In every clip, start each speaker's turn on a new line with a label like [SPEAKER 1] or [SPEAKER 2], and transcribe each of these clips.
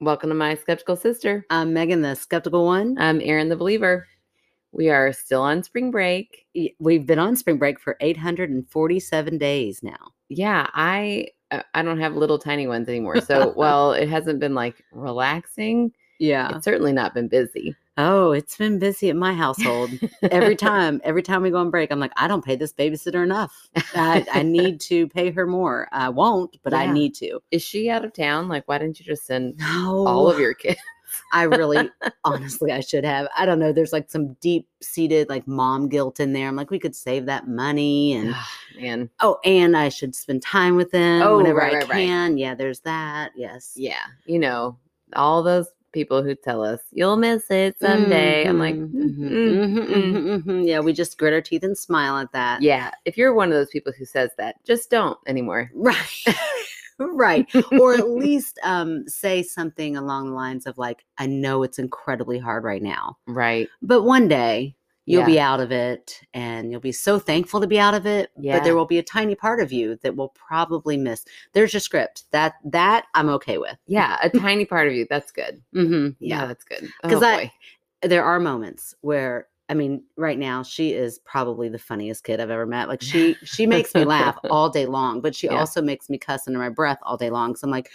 [SPEAKER 1] Welcome to My Skeptical Sister.
[SPEAKER 2] I'm Megan, the skeptical one.
[SPEAKER 1] I'm Erin the Believer. We are still on spring break.
[SPEAKER 2] Y- We've been on spring break for 847 days now.
[SPEAKER 1] Yeah, I uh, I don't have little tiny ones anymore. So, well, it hasn't been like relaxing.
[SPEAKER 2] Yeah.
[SPEAKER 1] It's certainly not been busy.
[SPEAKER 2] Oh, it's been busy at my household. every time, every time we go on break, I'm like, I don't pay this babysitter enough. I, I need to pay her more. I won't, but I
[SPEAKER 1] Yeah.
[SPEAKER 2] need to.
[SPEAKER 1] Is she out of town? Like, why didn't you just send
[SPEAKER 2] No.
[SPEAKER 1] all of your kids?
[SPEAKER 2] I really, honestly, I should have. I don't know. There's like some deep seated like mom guilt in there. I'm like, we could save that money and
[SPEAKER 1] Man,
[SPEAKER 2] oh, and I should spend time with them
[SPEAKER 1] Oh,
[SPEAKER 2] whenever
[SPEAKER 1] right,
[SPEAKER 2] I
[SPEAKER 1] right, right.
[SPEAKER 2] can. Yeah, there's that. Yes.
[SPEAKER 1] yeah, you know, all those people who tell us you'll miss it someday. I'm like,
[SPEAKER 2] Mhm,
[SPEAKER 1] mm,
[SPEAKER 2] mhm,
[SPEAKER 1] mm,
[SPEAKER 2] mhm, mhm, mhm. yeah, we just grit our teeth and smile at that.
[SPEAKER 1] yeah. If you're one of those people who says that, just don't anymore.
[SPEAKER 2] Right. right. Or at least um, say something along the lines of, like, I know it's incredibly hard right now,
[SPEAKER 1] right.
[SPEAKER 2] but one day you'll
[SPEAKER 1] Yeah.
[SPEAKER 2] be out of it and you'll be so thankful to be out of it. But
[SPEAKER 1] Yeah.
[SPEAKER 2] there will be a tiny part of you that will probably miss. There's your script. That, that I'm okay with.
[SPEAKER 1] Yeah, a tiny part of you. That's good.
[SPEAKER 2] Mm-hmm.
[SPEAKER 1] Yeah, that's good.
[SPEAKER 2] 'Cause
[SPEAKER 1] oh,
[SPEAKER 2] I-
[SPEAKER 1] boy.
[SPEAKER 2] there are moments where I mean, right now she is probably the funniest kid I've ever met. Like she she makes me laugh all day long, but she
[SPEAKER 1] Yeah.
[SPEAKER 2] also makes me cuss under my breath all day long. So I'm like,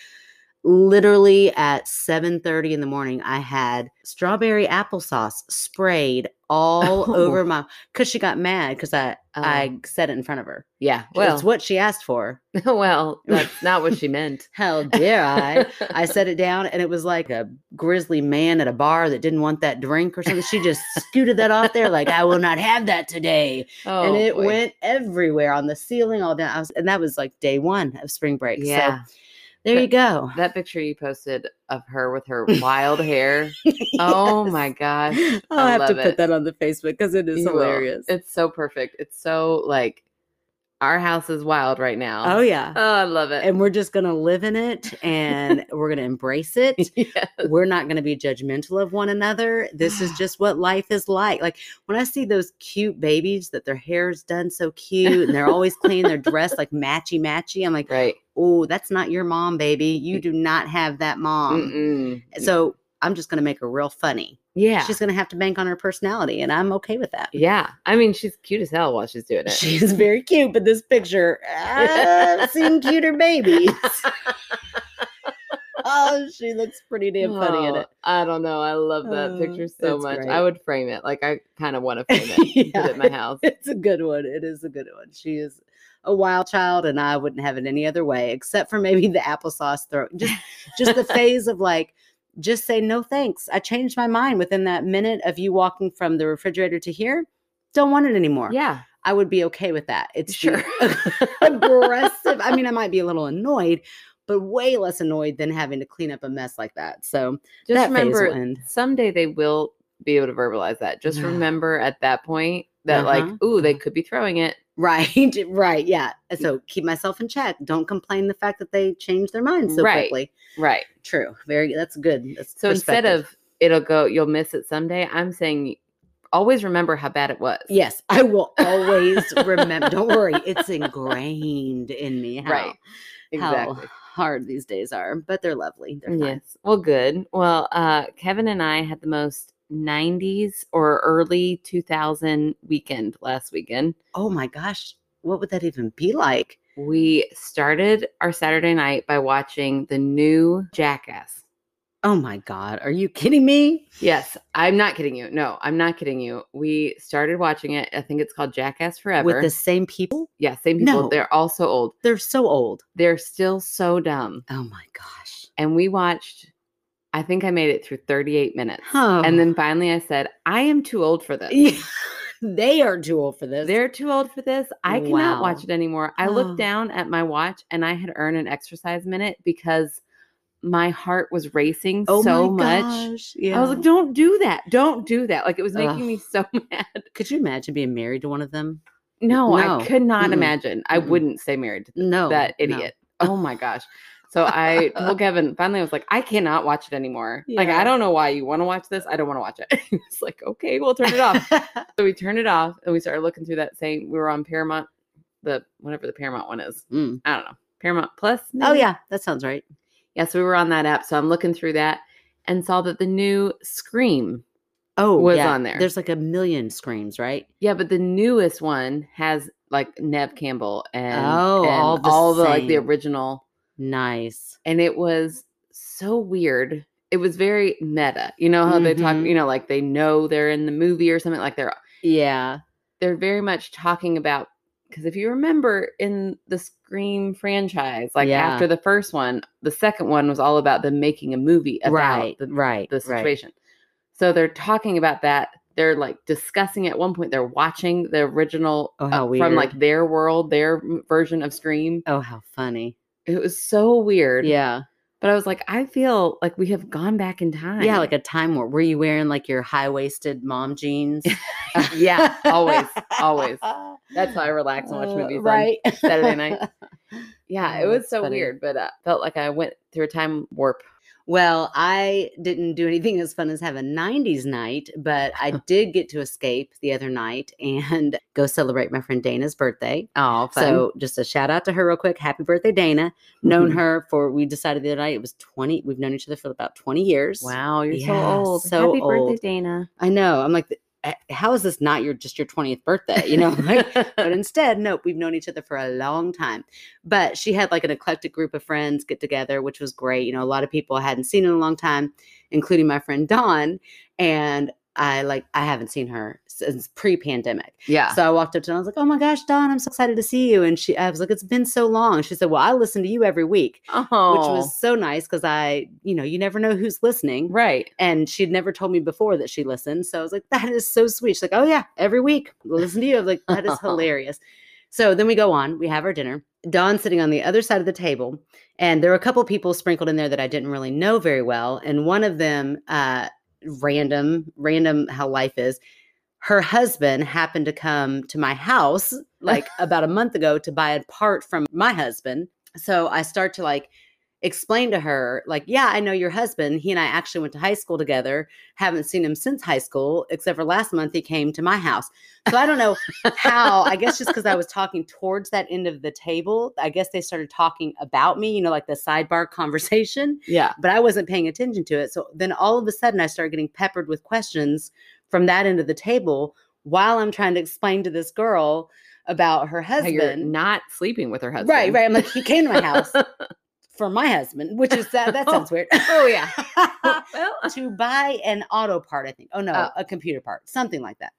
[SPEAKER 2] literally at 7:30 in the morning, I had strawberry applesauce sprayed all
[SPEAKER 1] Oh.
[SPEAKER 2] over my because she got mad because I I
[SPEAKER 1] Oh.
[SPEAKER 2] said it in front of her.
[SPEAKER 1] yeah.
[SPEAKER 2] it's
[SPEAKER 1] Well,
[SPEAKER 2] what she asked for.
[SPEAKER 1] well, that's not what she meant.
[SPEAKER 2] Hell dare I! I set it down and it was like a grizzly man at a bar that didn't want that drink or something. She just scooted that off there, like, I will not have that today.
[SPEAKER 1] oh,
[SPEAKER 2] and it
[SPEAKER 1] boy.
[SPEAKER 2] went everywhere on the ceiling, all down. I was, and that was like day one of spring break.
[SPEAKER 1] Yeah.
[SPEAKER 2] So there you go.
[SPEAKER 1] that picture you posted of her with her wild hair. Oh my gosh.
[SPEAKER 2] Yes. I'll
[SPEAKER 1] I
[SPEAKER 2] have to
[SPEAKER 1] love
[SPEAKER 2] put
[SPEAKER 1] it.
[SPEAKER 2] that on the Facebook because it is
[SPEAKER 1] You will.
[SPEAKER 2] hilarious.
[SPEAKER 1] It's so perfect. It's so like our house is wild right now.
[SPEAKER 2] Oh, yeah.
[SPEAKER 1] Oh, I love it.
[SPEAKER 2] and we're just going to live in it and we're going to embrace it.
[SPEAKER 1] yeah.
[SPEAKER 2] we're not going to be judgmental of one another. This is just what life is like. Like when I see those cute babies that their hair's done so cute and they're always clean, they're dressed like matchy matchy. I'm like,
[SPEAKER 1] Right.
[SPEAKER 2] oh, that's not your mom, baby. You do not have that mom.
[SPEAKER 1] Mm. Mm-mm. mm.
[SPEAKER 2] So I'm just going to make her real funny.
[SPEAKER 1] yeah.
[SPEAKER 2] She's going to have to bank on her personality, and I'm okay with that.
[SPEAKER 1] yeah. I mean, she's cute as hell while she's doing it.
[SPEAKER 2] She's very cute, but this picture, I've seen cuter babies. oh, she looks pretty damn funny in
[SPEAKER 1] Oh,
[SPEAKER 2] it.
[SPEAKER 1] I don't know. I love that
[SPEAKER 2] Oh,
[SPEAKER 1] picture so
[SPEAKER 2] it's
[SPEAKER 1] much.
[SPEAKER 2] great.
[SPEAKER 1] I would frame it. Like I kind of want to frame it.
[SPEAKER 2] Yeah.
[SPEAKER 1] Put it in my house.
[SPEAKER 2] It's a good one. It is a good one. She is a wild child, and I wouldn't have it any other way, except for maybe the applesauce throw. Just, just the phase of like, just say no thanks. I changed my mind within that minute of you walking from the refrigerator to here. Don't want it anymore.
[SPEAKER 1] Yeah.
[SPEAKER 2] I would be okay with that. It's
[SPEAKER 1] Sure.
[SPEAKER 2] sure aggressive. I mean, I might be a little annoyed, but way less annoyed than having to clean up a mess like that. So
[SPEAKER 1] Just
[SPEAKER 2] that phase will
[SPEAKER 1] remember
[SPEAKER 2] end.
[SPEAKER 1] someday they will be able to verbalize that. Just
[SPEAKER 2] Yeah.
[SPEAKER 1] remember at that point that like,
[SPEAKER 2] Uh-huh.
[SPEAKER 1] ooh, they
[SPEAKER 2] Uh-huh.
[SPEAKER 1] could be throwing it.
[SPEAKER 2] Right, right, yeah.
[SPEAKER 1] Mm.
[SPEAKER 2] So keep myself in check. Don't complain the fact that they change their minds so
[SPEAKER 1] Right.
[SPEAKER 2] quickly.
[SPEAKER 1] Right.
[SPEAKER 2] True, very. That's good. That's
[SPEAKER 1] So instead
[SPEAKER 2] perspective.
[SPEAKER 1] of it'll go, you'll miss it someday. I'm saying always remember how bad it was.
[SPEAKER 2] yes, I will always remember. Don't worry, it's ingrained in me. How,
[SPEAKER 1] Right. Exactly.
[SPEAKER 2] How hard these days are, but they're lovely. They're fine.
[SPEAKER 1] Yes. Well, good. Well, uh, Kevin and I had the most 90s or early 2000 weekend last weekend.
[SPEAKER 2] Oh my gosh, what would that even be like?
[SPEAKER 1] We started our Saturday night by watching the new Jackass.
[SPEAKER 2] Oh my god, are you kidding me?
[SPEAKER 1] Yes, I'm not kidding you. No, I'm not kidding you. We started watching it. I think it's called Jackass Forever.
[SPEAKER 2] With the same people,
[SPEAKER 1] yeah, same people.
[SPEAKER 2] No.
[SPEAKER 1] They're all so old.
[SPEAKER 2] they're so old.
[SPEAKER 1] They're still so dumb.
[SPEAKER 2] Oh my gosh.
[SPEAKER 1] And we watched. I think I made it through 38 minutes.
[SPEAKER 2] Huh.
[SPEAKER 1] And then finally I said, I am too old for this.
[SPEAKER 2] Yeah, they are too old for this.
[SPEAKER 1] They're too old for this. I cannot watch
[SPEAKER 2] Wow.
[SPEAKER 1] it anymore. I
[SPEAKER 2] Oh.
[SPEAKER 1] looked down at my watch and I had earned an exercise minute because my heart was racing so much.
[SPEAKER 2] Oh Yeah.
[SPEAKER 1] I was like, don't do that. Don't do that. Like it was making
[SPEAKER 2] Ugh.
[SPEAKER 1] me so mad.
[SPEAKER 2] could you imagine being married to one of them?
[SPEAKER 1] No,
[SPEAKER 2] No.
[SPEAKER 1] I could not
[SPEAKER 2] Mm-mm.
[SPEAKER 1] imagine. I
[SPEAKER 2] Mm-mm.
[SPEAKER 1] wouldn't stay married to
[SPEAKER 2] No.
[SPEAKER 1] that
[SPEAKER 2] no.
[SPEAKER 1] idiot. Oh my gosh. So I told Kevin, finally, I was like, I cannot watch it anymore. Like,
[SPEAKER 2] Yeah.
[SPEAKER 1] I don't know why you want to watch this. I don't want to watch it. It's like, okay, we'll turn it off.
[SPEAKER 2] Oh,
[SPEAKER 1] So we turned it off and we started looking through that same. We were on Paramount, the whatever the Paramount one is.
[SPEAKER 2] Mm.
[SPEAKER 1] I don't know. Paramount Plus.
[SPEAKER 2] Oh
[SPEAKER 1] maybe?
[SPEAKER 2] yeah, that sounds right.
[SPEAKER 1] Yes, we were on that app. So I'm looking through that and saw that the new Scream.
[SPEAKER 2] Oh,
[SPEAKER 1] Was
[SPEAKER 2] yeah.
[SPEAKER 1] on there.
[SPEAKER 2] There's like a million screams, right?
[SPEAKER 1] Yeah, but the newest one has like Nev Campbell and
[SPEAKER 2] Oh,
[SPEAKER 1] and
[SPEAKER 2] all the
[SPEAKER 1] like the
[SPEAKER 2] same.
[SPEAKER 1] original.
[SPEAKER 2] Nice.
[SPEAKER 1] And it was so weird. It was very meta. You know how they talk,
[SPEAKER 2] Mhm.
[SPEAKER 1] you know, like they know they're in the movie or something like they're
[SPEAKER 2] Yeah.
[SPEAKER 1] they're very much talking about because if you remember in the Scream franchise, like
[SPEAKER 2] Yeah.
[SPEAKER 1] after the first one, the second one was all about them making a movie about
[SPEAKER 2] right.
[SPEAKER 1] the,
[SPEAKER 2] right.
[SPEAKER 1] the
[SPEAKER 2] right.
[SPEAKER 1] situation. So they're talking about that. They're like discussing at one point. They're watching the original uh,
[SPEAKER 2] Oh, how
[SPEAKER 1] from like
[SPEAKER 2] weird.
[SPEAKER 1] their world, their m- version of Scream.
[SPEAKER 2] Oh, how funny.
[SPEAKER 1] It was so weird.
[SPEAKER 2] Yeah.
[SPEAKER 1] But I was like, I feel like we have gone back in time.
[SPEAKER 2] Yeah, like a time warp. Were you wearing like your high waisted mom jeans?
[SPEAKER 1] yeah, always, always. That's how I relax and watch
[SPEAKER 2] Uh,
[SPEAKER 1] movies. on
[SPEAKER 2] right.
[SPEAKER 1] Saturday night. Yeah, it
[SPEAKER 2] Oh,
[SPEAKER 1] was
[SPEAKER 2] that's
[SPEAKER 1] so
[SPEAKER 2] funny.
[SPEAKER 1] weird, but uh, felt like I went through a time warp.
[SPEAKER 2] Well, I didn't do anything as fun as have a 90s night, but I did get to escape the other night and go celebrate my friend Dana's birthday.
[SPEAKER 1] Oh,
[SPEAKER 2] So, just a shout out to her real quick. Happy birthday, Dana. Known
[SPEAKER 1] Mhm.
[SPEAKER 2] her for, we decided the other night it was 20. We've known each other for about 20 years.
[SPEAKER 1] wow, you're
[SPEAKER 2] Yeah,
[SPEAKER 1] so old.
[SPEAKER 2] so
[SPEAKER 1] Happy
[SPEAKER 2] old.
[SPEAKER 1] birthday, Dana.
[SPEAKER 2] I know. I'm like, "Eh, how is this not your just your 20th birthday? You know, like, but instead, nope, we've known each other for a long time. But she had like an eclectic group of friends get together, which was great. You know, a lot of people I hadn't seen in a long time, including my friend Dawn. And I like, I haven't seen her since pre pandemic.
[SPEAKER 1] yeah.
[SPEAKER 2] So I walked up to her and I was like, oh my gosh, Dawn, I'm so excited to see you. And she, I was like, it's been so long. She said, well, I listen to you every week,
[SPEAKER 1] oh,
[SPEAKER 2] which was so nice because I, you know, you never know who's listening
[SPEAKER 1] right.
[SPEAKER 2] and she'd never told me before that she listened. So I was like, that is so sweet. She's like, oh yeah, every week we'll listen to you. I was like, that is hilarious. So then we go on, we have our dinner. Dawn's sitting on the other side of the table, and there were a couple people sprinkled in there that I didn't really know very well. And one of them, uh, random, random how life is. Her husband happened to come to my house like about a month ago to buy a part from my husband. So I start to like explain to her, like, yeah, I know your husband. He and I actually went to high school together. Haven't seen him since high school, except for last month he came to my house. So I don't know how, I guess just because I was talking towards that end of the table, I guess they started talking about me, you know, like the sidebar conversation,
[SPEAKER 1] Yeah.
[SPEAKER 2] but I wasn't paying attention to it. So then all of a sudden I started getting peppered with questions from that end of the table while I'm trying to explain to this girl about her
[SPEAKER 1] How you're
[SPEAKER 2] husband.
[SPEAKER 1] not sleeping with her husband.
[SPEAKER 2] Right, right. I'm like, he came to my house for my husband, which is that that sounds weird.
[SPEAKER 1] oh yeah. well,
[SPEAKER 2] to buy an auto part, I think. Oh no,
[SPEAKER 1] Oh.
[SPEAKER 2] a computer part, something like that.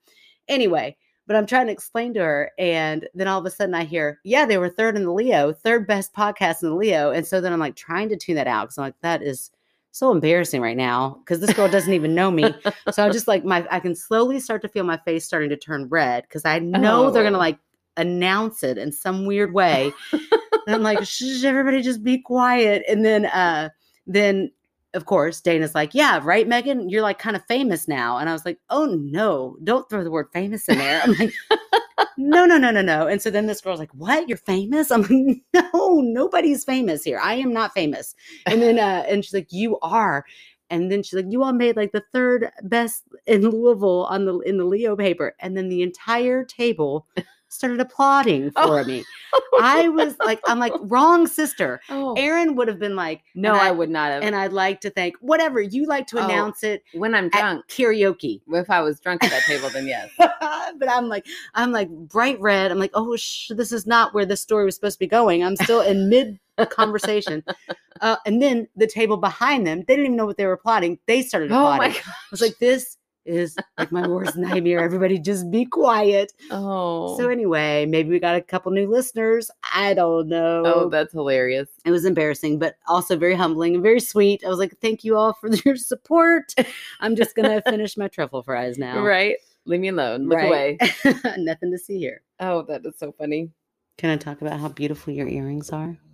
[SPEAKER 2] Anyway, but I'm trying to explain to her, and then all of a sudden I hear, yeah, they were third in the Leo, third best podcast in the Leo, and so then I'm like trying to tune that out because I'm like that is so embarrassing right now because this girl doesn't even know me. So I'm just like my I can slowly start to feel my face starting to turn red because I know they're gonna
[SPEAKER 1] Oh.
[SPEAKER 2] like announce it in some weird way. and I'm like, shh, everybody just be quiet. And then uh then of course Dana's like, Yeah, right, Megan, you're like kind of famous now. And I was like, Oh no, don't throw the word famous in there. I'm like, no, no, no, no, no. And so then this girl's like, What? You're famous? I'm like, No, nobody's famous here. I am not famous. And then uh and she's like, You are. And then she's like, "You all made like the third best in Louisville on the in the Leo paper." And then the entire table started applauding
[SPEAKER 1] Oh.
[SPEAKER 2] for me. I was like, "I'm like wrong sister."
[SPEAKER 1] oh.
[SPEAKER 2] Aaron would have been like,
[SPEAKER 1] no,
[SPEAKER 2] and
[SPEAKER 1] I, would not have.
[SPEAKER 2] and I'd like to thank whatever you like to
[SPEAKER 1] Oh,
[SPEAKER 2] announce it
[SPEAKER 1] when I'm
[SPEAKER 2] at
[SPEAKER 1] drunk,
[SPEAKER 2] karaoke.
[SPEAKER 1] if I was drunk at that table, then yes.
[SPEAKER 2] but I'm like, I'm like bright red. I'm like, oh, sh- this is not where this story was supposed to be going. I'm still in mid conversation. Uh, and then the table behind them, they didn't even know what they were plotting. They started
[SPEAKER 1] Oh
[SPEAKER 2] plotting.
[SPEAKER 1] my.
[SPEAKER 2] I was like, this is like my worst nightmare. Everybody just be quiet.
[SPEAKER 1] Oh.
[SPEAKER 2] So anyway, maybe we got a couple new listeners. I don't know.
[SPEAKER 1] oh, that's hilarious.
[SPEAKER 2] It was embarrassing, but also very humbling and very sweet. I was like, thank you all for your support. I'm just going to finish my truffle fries now.
[SPEAKER 1] Right. Leave me alone. Look
[SPEAKER 2] Right.
[SPEAKER 1] away.
[SPEAKER 2] Nothing to see here.
[SPEAKER 1] Oh, that is so funny.
[SPEAKER 2] Can I talk about how beautiful your earrings are?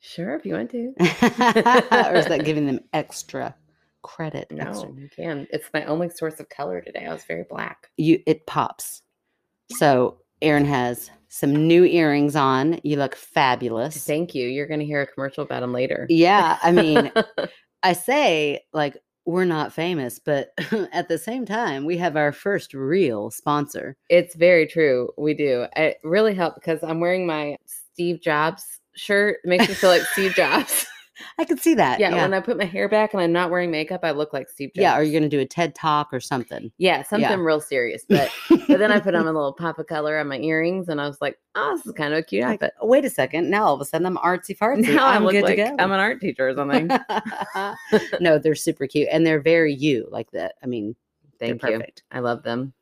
[SPEAKER 1] Sure, if you want to.
[SPEAKER 2] or is that giving them extra credit? Extra.
[SPEAKER 1] No, you can. It's my only source of color today. I was very black.
[SPEAKER 2] You it pops. So Erin has some new earrings on. You look fabulous.
[SPEAKER 1] Thank you. You're going to hear a commercial about them later.
[SPEAKER 2] Yeah, I mean, I say like we're not famous, but at the same time, we have our first real sponsor.
[SPEAKER 1] It's very true. We do. It really helped because I'm wearing my Steve Jobs shirt. It makes me feel like Steve Jobs.
[SPEAKER 2] I could see that.
[SPEAKER 1] Uh, Yeah,
[SPEAKER 2] Yeah.
[SPEAKER 1] when I put my hair back and I'm not wearing makeup, I look like Steve Jobs.
[SPEAKER 2] yeah. Are you going to do a TED talk or something?
[SPEAKER 1] Yeah, something real serious. But but then I put on a little pop of color on my earrings, and I was like, oh, this is kind of a cute
[SPEAKER 2] Like,
[SPEAKER 1] outfit.
[SPEAKER 2] oh, wait a second. Now all of a sudden I'm artsy fartsy.
[SPEAKER 1] Now i
[SPEAKER 2] I'm
[SPEAKER 1] look
[SPEAKER 2] good
[SPEAKER 1] like
[SPEAKER 2] to go.
[SPEAKER 1] I'm an art teacher or something.
[SPEAKER 2] no, they're super cute and they're very you. Like that. I mean, they're
[SPEAKER 1] Thank you.
[SPEAKER 2] perfect.
[SPEAKER 1] I love them.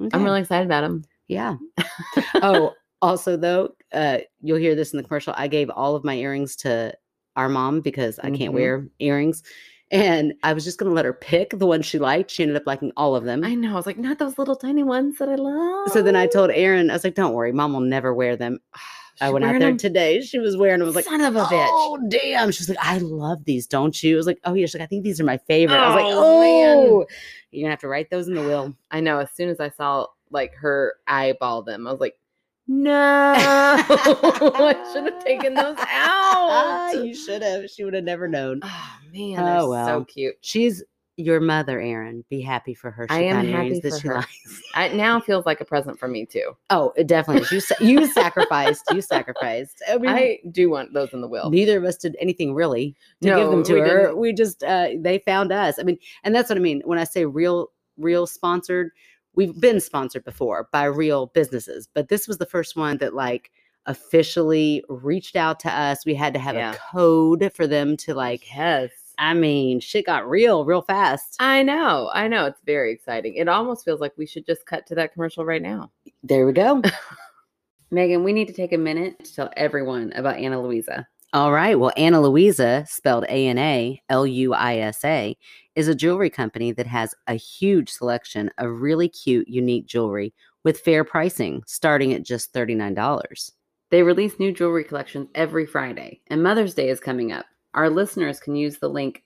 [SPEAKER 2] Okay.
[SPEAKER 1] I'm really excited about them.
[SPEAKER 2] yeah. oh, also though, uh, you'll hear this in the commercial. I gave all of my earrings to our mom because I can't
[SPEAKER 1] Mhm.
[SPEAKER 2] wear earrings, and I was just gonna let her pick the one she liked. She ended up liking all of them.
[SPEAKER 1] I know. I was like, not those little tiny ones that I love.
[SPEAKER 2] so then I told Aaron, I was like, "Don't worry, mom will never wear them." I
[SPEAKER 1] She's
[SPEAKER 2] went out
[SPEAKER 1] wearing
[SPEAKER 2] there
[SPEAKER 1] 'em.
[SPEAKER 2] today. She was wearing. them. I was like,
[SPEAKER 1] son of a bitch.
[SPEAKER 2] Oh damn! She's like, I love these, don't you? I was like, oh yeah. She's like, I think these are my favorite. I was like,
[SPEAKER 1] Oh, man.
[SPEAKER 2] oh, you're gonna have to write those in the will.
[SPEAKER 1] I know. As soon as I saw like her eyeball them, I was like, no, I should have taken those
[SPEAKER 2] Ah,
[SPEAKER 1] out.
[SPEAKER 2] you should have. She would have never known.
[SPEAKER 1] Oh man, they're
[SPEAKER 2] Oh, well.
[SPEAKER 1] so cute.
[SPEAKER 2] She's your mother, Erin. Be happy for her. She
[SPEAKER 1] I am
[SPEAKER 2] found
[SPEAKER 1] happy
[SPEAKER 2] earrings that
[SPEAKER 1] for
[SPEAKER 2] she
[SPEAKER 1] her.
[SPEAKER 2] likes.
[SPEAKER 1] I, now feels like a present for me too.
[SPEAKER 2] Oh, it definitely. is. You sa- you sacrificed. You sacrificed. I mean,
[SPEAKER 1] I do want those in the will.
[SPEAKER 2] neither of us did anything really to give them
[SPEAKER 1] No,
[SPEAKER 2] to
[SPEAKER 1] we
[SPEAKER 2] her.
[SPEAKER 1] didn't.
[SPEAKER 2] We just uh, they found us. I mean, and that's what I mean when I say real, real sponsored. We've been sponsored before by real businesses, but this was the first one that like officially reached out to us. We had to have
[SPEAKER 1] Yeah.
[SPEAKER 2] a code for them to like.
[SPEAKER 1] yes.
[SPEAKER 2] I mean, shit got real, real fast.
[SPEAKER 1] I know, I know. It's very exciting. It almost feels like we should just cut to that commercial right now.
[SPEAKER 2] There we go.
[SPEAKER 1] Megan, we need to take a minute to tell everyone about Anna Louisa.
[SPEAKER 2] All right. Well, Anna Luisa, spelled A N A L U I S A, is a jewelry company that has a huge selection of really cute, unique jewelry with fair pricing, starting at just $39.
[SPEAKER 1] They release new jewelry collections every Friday, and Mother's Day is coming up. Our listeners can use the link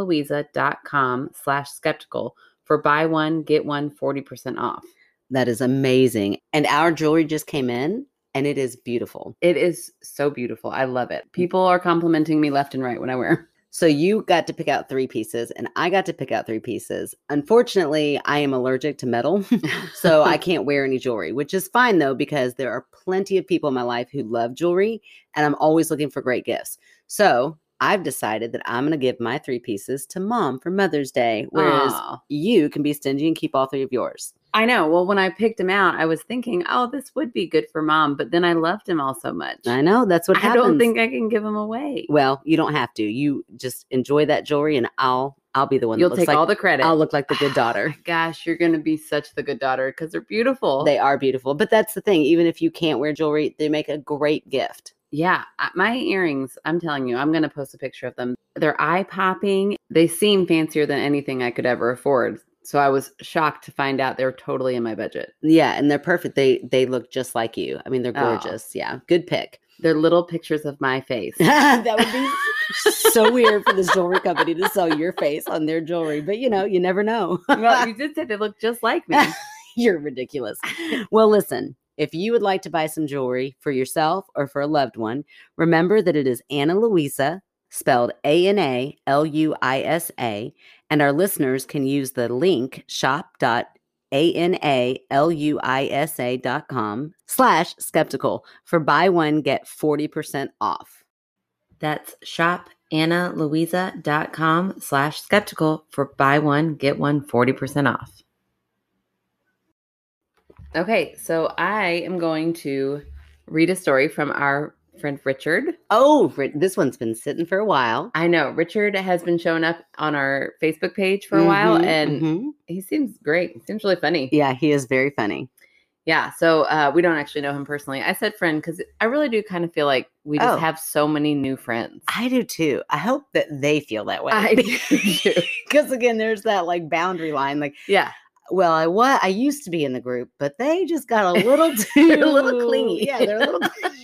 [SPEAKER 1] shop.analouisa.com slash skeptical for buy one, get one 40% off.
[SPEAKER 2] That is amazing. And our jewelry just came in and it is beautiful.
[SPEAKER 1] It is so beautiful. I love it. People are complimenting me left and right when I wear.
[SPEAKER 2] So you got to pick out three pieces and I got to pick out three pieces. Unfortunately, I am allergic to metal. so I can't wear any jewelry, which is fine though, because there are plenty of people in my life who love jewelry and I'm always looking for great gifts. So I've decided that I'm going to give my three pieces to mom for Mother's Day, whereas
[SPEAKER 1] Aw.
[SPEAKER 2] you can be stingy and keep all three of yours.
[SPEAKER 1] I know. Well, when I picked him out, I was thinking, oh, this would be good for mom, but then I loved him all so much.
[SPEAKER 2] I know that's what
[SPEAKER 1] I
[SPEAKER 2] happens.
[SPEAKER 1] don't think I can give him away.
[SPEAKER 2] Well, you don't have to. You just enjoy that jewelry and I'll I'll be the one
[SPEAKER 1] You'll
[SPEAKER 2] that looks
[SPEAKER 1] take
[SPEAKER 2] like
[SPEAKER 1] all the credit.
[SPEAKER 2] I'll look like the good daughter.
[SPEAKER 1] Gosh, you're going to be such the good daughter because they're beautiful.
[SPEAKER 2] They are beautiful. But that's the thing, even if you can't wear jewelry, they make a great gift.
[SPEAKER 1] Yeah, I- my earrings, I'm telling you, I'm going to post a picture of them. They're eye popping. They seem fancier than anything I could ever afford. So I was shocked to find out they're totally in my budget.
[SPEAKER 2] Yeah, and they're perfect. They they look just like you. I mean, they're
[SPEAKER 1] Oh.
[SPEAKER 2] gorgeous. Yeah, good pick.
[SPEAKER 1] They're little pictures of my face.
[SPEAKER 2] that would be so weird for this jewelry company to sell your face on their jewelry, but you know, you never know.
[SPEAKER 1] well, you did say they look just like me.
[SPEAKER 2] You're ridiculous. Well, listen, if you would like to buy some jewelry for yourself or for a loved one, remember that it is Anna Luisa, spelled A N A L U I S A, and our listeners can use the link shop.analuisa.com slash skeptical for buy one, get 40% off.
[SPEAKER 1] That's shopannalouisa.com slash skeptical for buy one, get one 40% off. Okay, so I am going to read a story from our friend Richard.
[SPEAKER 2] Oh, Ri- this one's been sitting for a while.
[SPEAKER 1] I know Richard has been showing up on our Facebook page for a while
[SPEAKER 2] Mhm,
[SPEAKER 1] and
[SPEAKER 2] mhm.
[SPEAKER 1] he seems great. He seems really funny.
[SPEAKER 2] yeah, he is very funny.
[SPEAKER 1] Yeah, so uh, we don't actually know him personally. I said friend because I really do kind of feel like we just
[SPEAKER 2] Oh.
[SPEAKER 1] have so many new friends.
[SPEAKER 2] I do too. I hope that they feel that way.
[SPEAKER 1] I do. too.
[SPEAKER 2] because again there's that like boundary line like
[SPEAKER 1] yeah.
[SPEAKER 2] well i what i used to be in the group but they just got a little too
[SPEAKER 1] They're a little clingy.
[SPEAKER 2] yeah they're a little clingy.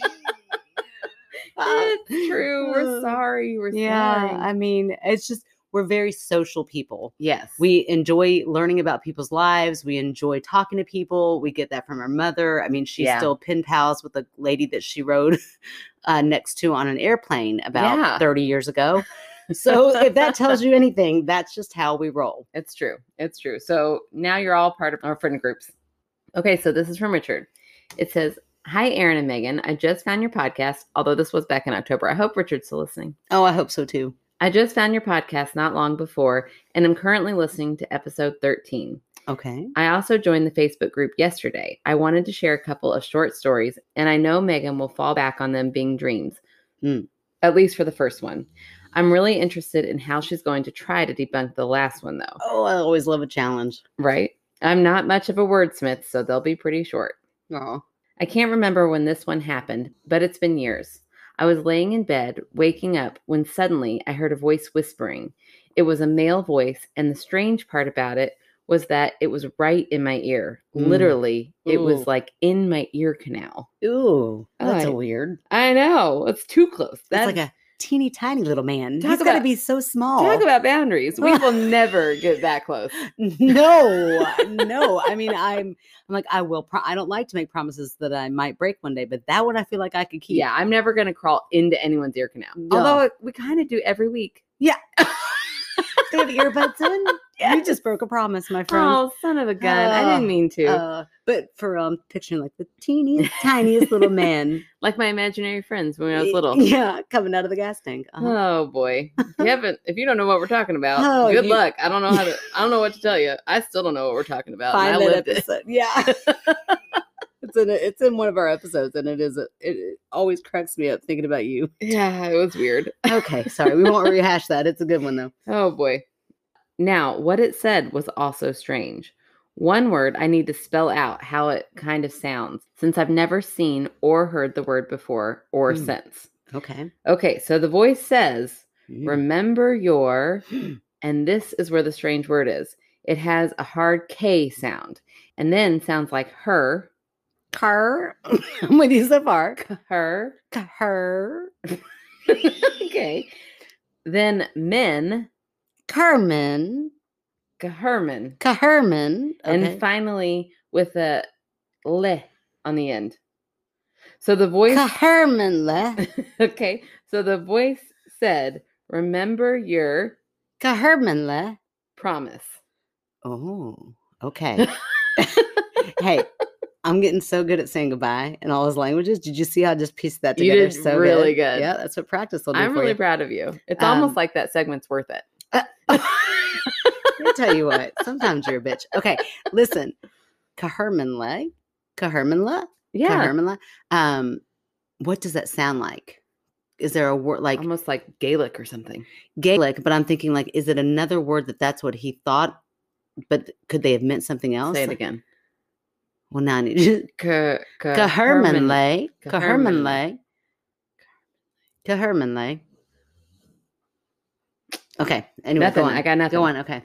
[SPEAKER 2] Uh,
[SPEAKER 1] It's true. We're
[SPEAKER 2] uh,
[SPEAKER 1] sorry. We're
[SPEAKER 2] yeah
[SPEAKER 1] sorry.
[SPEAKER 2] i mean it's just we're very social people
[SPEAKER 1] yes.
[SPEAKER 2] we enjoy learning about people's lives we enjoy talking to people we get that from our mother i mean she's
[SPEAKER 1] Yeah.
[SPEAKER 2] still pen pals with a lady that she rode uh, next to on an airplane about
[SPEAKER 1] Yeah.
[SPEAKER 2] 30 years ago so if that tells you anything that's just how we roll
[SPEAKER 1] It's true. It's true. So now you're all part of our friend groups. Okay, so this is from Richard. It says, Hi, Aaron and Megan. I just found your podcast, although this was back in October. I hope Richard's still listening.
[SPEAKER 2] Oh, I hope so too.
[SPEAKER 1] I just found your podcast not long before, and I'm currently listening to episode 13.
[SPEAKER 2] Okay.
[SPEAKER 1] I also joined the Facebook group yesterday. I wanted to share a couple of short stories, and I know Megan will fall back on them being dreams,
[SPEAKER 2] Hmm.
[SPEAKER 1] at least for the first one. I'm really interested in how she's going to try to debunk the last one, though,
[SPEAKER 2] Oh, I always love a challenge.
[SPEAKER 1] right? I'm not much of a wordsmith, so they'll be pretty short.
[SPEAKER 2] Oh.
[SPEAKER 1] I can't remember when this one happened, but it's been years. I was laying in bed, waking up, when suddenly I heard a voice whispering. It was a male voice, and the strange part about it was that it was right in my ear.
[SPEAKER 2] Mm.
[SPEAKER 1] Literally, it
[SPEAKER 2] Ooh.
[SPEAKER 1] was like in my ear canal.
[SPEAKER 2] Ooh. That's
[SPEAKER 1] I-
[SPEAKER 2] a weird.
[SPEAKER 1] I know, it's too close.
[SPEAKER 2] That's
[SPEAKER 1] That's
[SPEAKER 2] like a teeny tiny little man.
[SPEAKER 1] Talk
[SPEAKER 2] He's got to
[SPEAKER 1] about-
[SPEAKER 2] be so small.
[SPEAKER 1] Talk about boundaries. We will never get that close.
[SPEAKER 2] no, no. I mean, I'm, I'm like, I will. Pro- I don't like to make promises that I might break one day, but that one I feel like I could keep.
[SPEAKER 1] Yeah, I'm never going to crawl into anyone's ear canal.
[SPEAKER 2] No.
[SPEAKER 1] Although uh, we kind of do every week.
[SPEAKER 2] They have earbuds in. You just broke a promise, my friend.
[SPEAKER 1] Oh, son of a gun. I didn't
[SPEAKER 2] Oh,
[SPEAKER 1] mean to.
[SPEAKER 2] Uh, but for um, picturing like the teeniest, tiniest little man
[SPEAKER 1] like my imaginary friends when I was
[SPEAKER 2] Y-
[SPEAKER 1] little.
[SPEAKER 2] yeah, coming out of the gas tank. Uh-huh.
[SPEAKER 1] Oh boy! If you haven't, if you don't know what we're talking about,
[SPEAKER 2] Oh,
[SPEAKER 1] good
[SPEAKER 2] you-
[SPEAKER 1] luck. I don't know how to. I don't know what to tell you. I still don't know what we're talking about. and
[SPEAKER 2] Find
[SPEAKER 1] I
[SPEAKER 2] that
[SPEAKER 1] lived it.
[SPEAKER 2] episode. Yeah. It's in, it's in one of our episodes, and it is a, it, it always cracks me up thinking about you.
[SPEAKER 1] Yeah, it was weird.
[SPEAKER 2] Okay, sorry, we won't rehash that. It's a good one though.
[SPEAKER 1] Oh boy! Now, what it said was also strange. One word I need to spell out how it kind of sounds, since I've never seen or heard the word before or
[SPEAKER 2] Mm.
[SPEAKER 1] since.
[SPEAKER 2] Okay,
[SPEAKER 1] Okay, so the voice says,
[SPEAKER 2] Hmm.
[SPEAKER 1] "Remember your."
[SPEAKER 2] Mm.
[SPEAKER 1] And this is where the strange word is. It has a hard K sound and then sounds like her,
[SPEAKER 2] car. I'm with you so far.
[SPEAKER 1] her.
[SPEAKER 2] Car,
[SPEAKER 1] okay. Then men,
[SPEAKER 2] Carmen,
[SPEAKER 1] Herman.
[SPEAKER 2] Carmen. Okay.
[SPEAKER 1] And finally with a le on the end. So the voice,
[SPEAKER 2] Carmen le.
[SPEAKER 1] okay. So the voice said, remember your
[SPEAKER 2] Carmen le.
[SPEAKER 1] promise.
[SPEAKER 2] Oh, okay. hey, I'm getting so good at saying goodbye in all those languages. Did you see how I just pieced that
[SPEAKER 1] You
[SPEAKER 2] together?
[SPEAKER 1] did
[SPEAKER 2] so
[SPEAKER 1] really good.
[SPEAKER 2] Yeah, that's what practice will do
[SPEAKER 1] I'm
[SPEAKER 2] for
[SPEAKER 1] really
[SPEAKER 2] you.
[SPEAKER 1] proud of you. It's
[SPEAKER 2] Um, uh,
[SPEAKER 1] almost like that segment's worth it.
[SPEAKER 2] I tell you what, sometimes you're a bitch. Okay, listen, Kahirmanle, Kahirmanle,
[SPEAKER 1] yeah.
[SPEAKER 2] Kahirmanle. Um, what does that sound like? Is there a word like
[SPEAKER 1] almost like Gaelic or something.
[SPEAKER 2] Gaelic? But I'm thinking like, is it another word that that's what he thought? But could they have meant something else?
[SPEAKER 1] Say it again.
[SPEAKER 2] Well, now I need to
[SPEAKER 1] Ka- ka- Herman-
[SPEAKER 2] Kahirmanle.
[SPEAKER 1] Kahirmanle.
[SPEAKER 2] Kahirmanle. Kahirmanle. Okay. Anyway,
[SPEAKER 1] Nothing.
[SPEAKER 2] go on.
[SPEAKER 1] I got nothing.
[SPEAKER 2] Go on. Okay.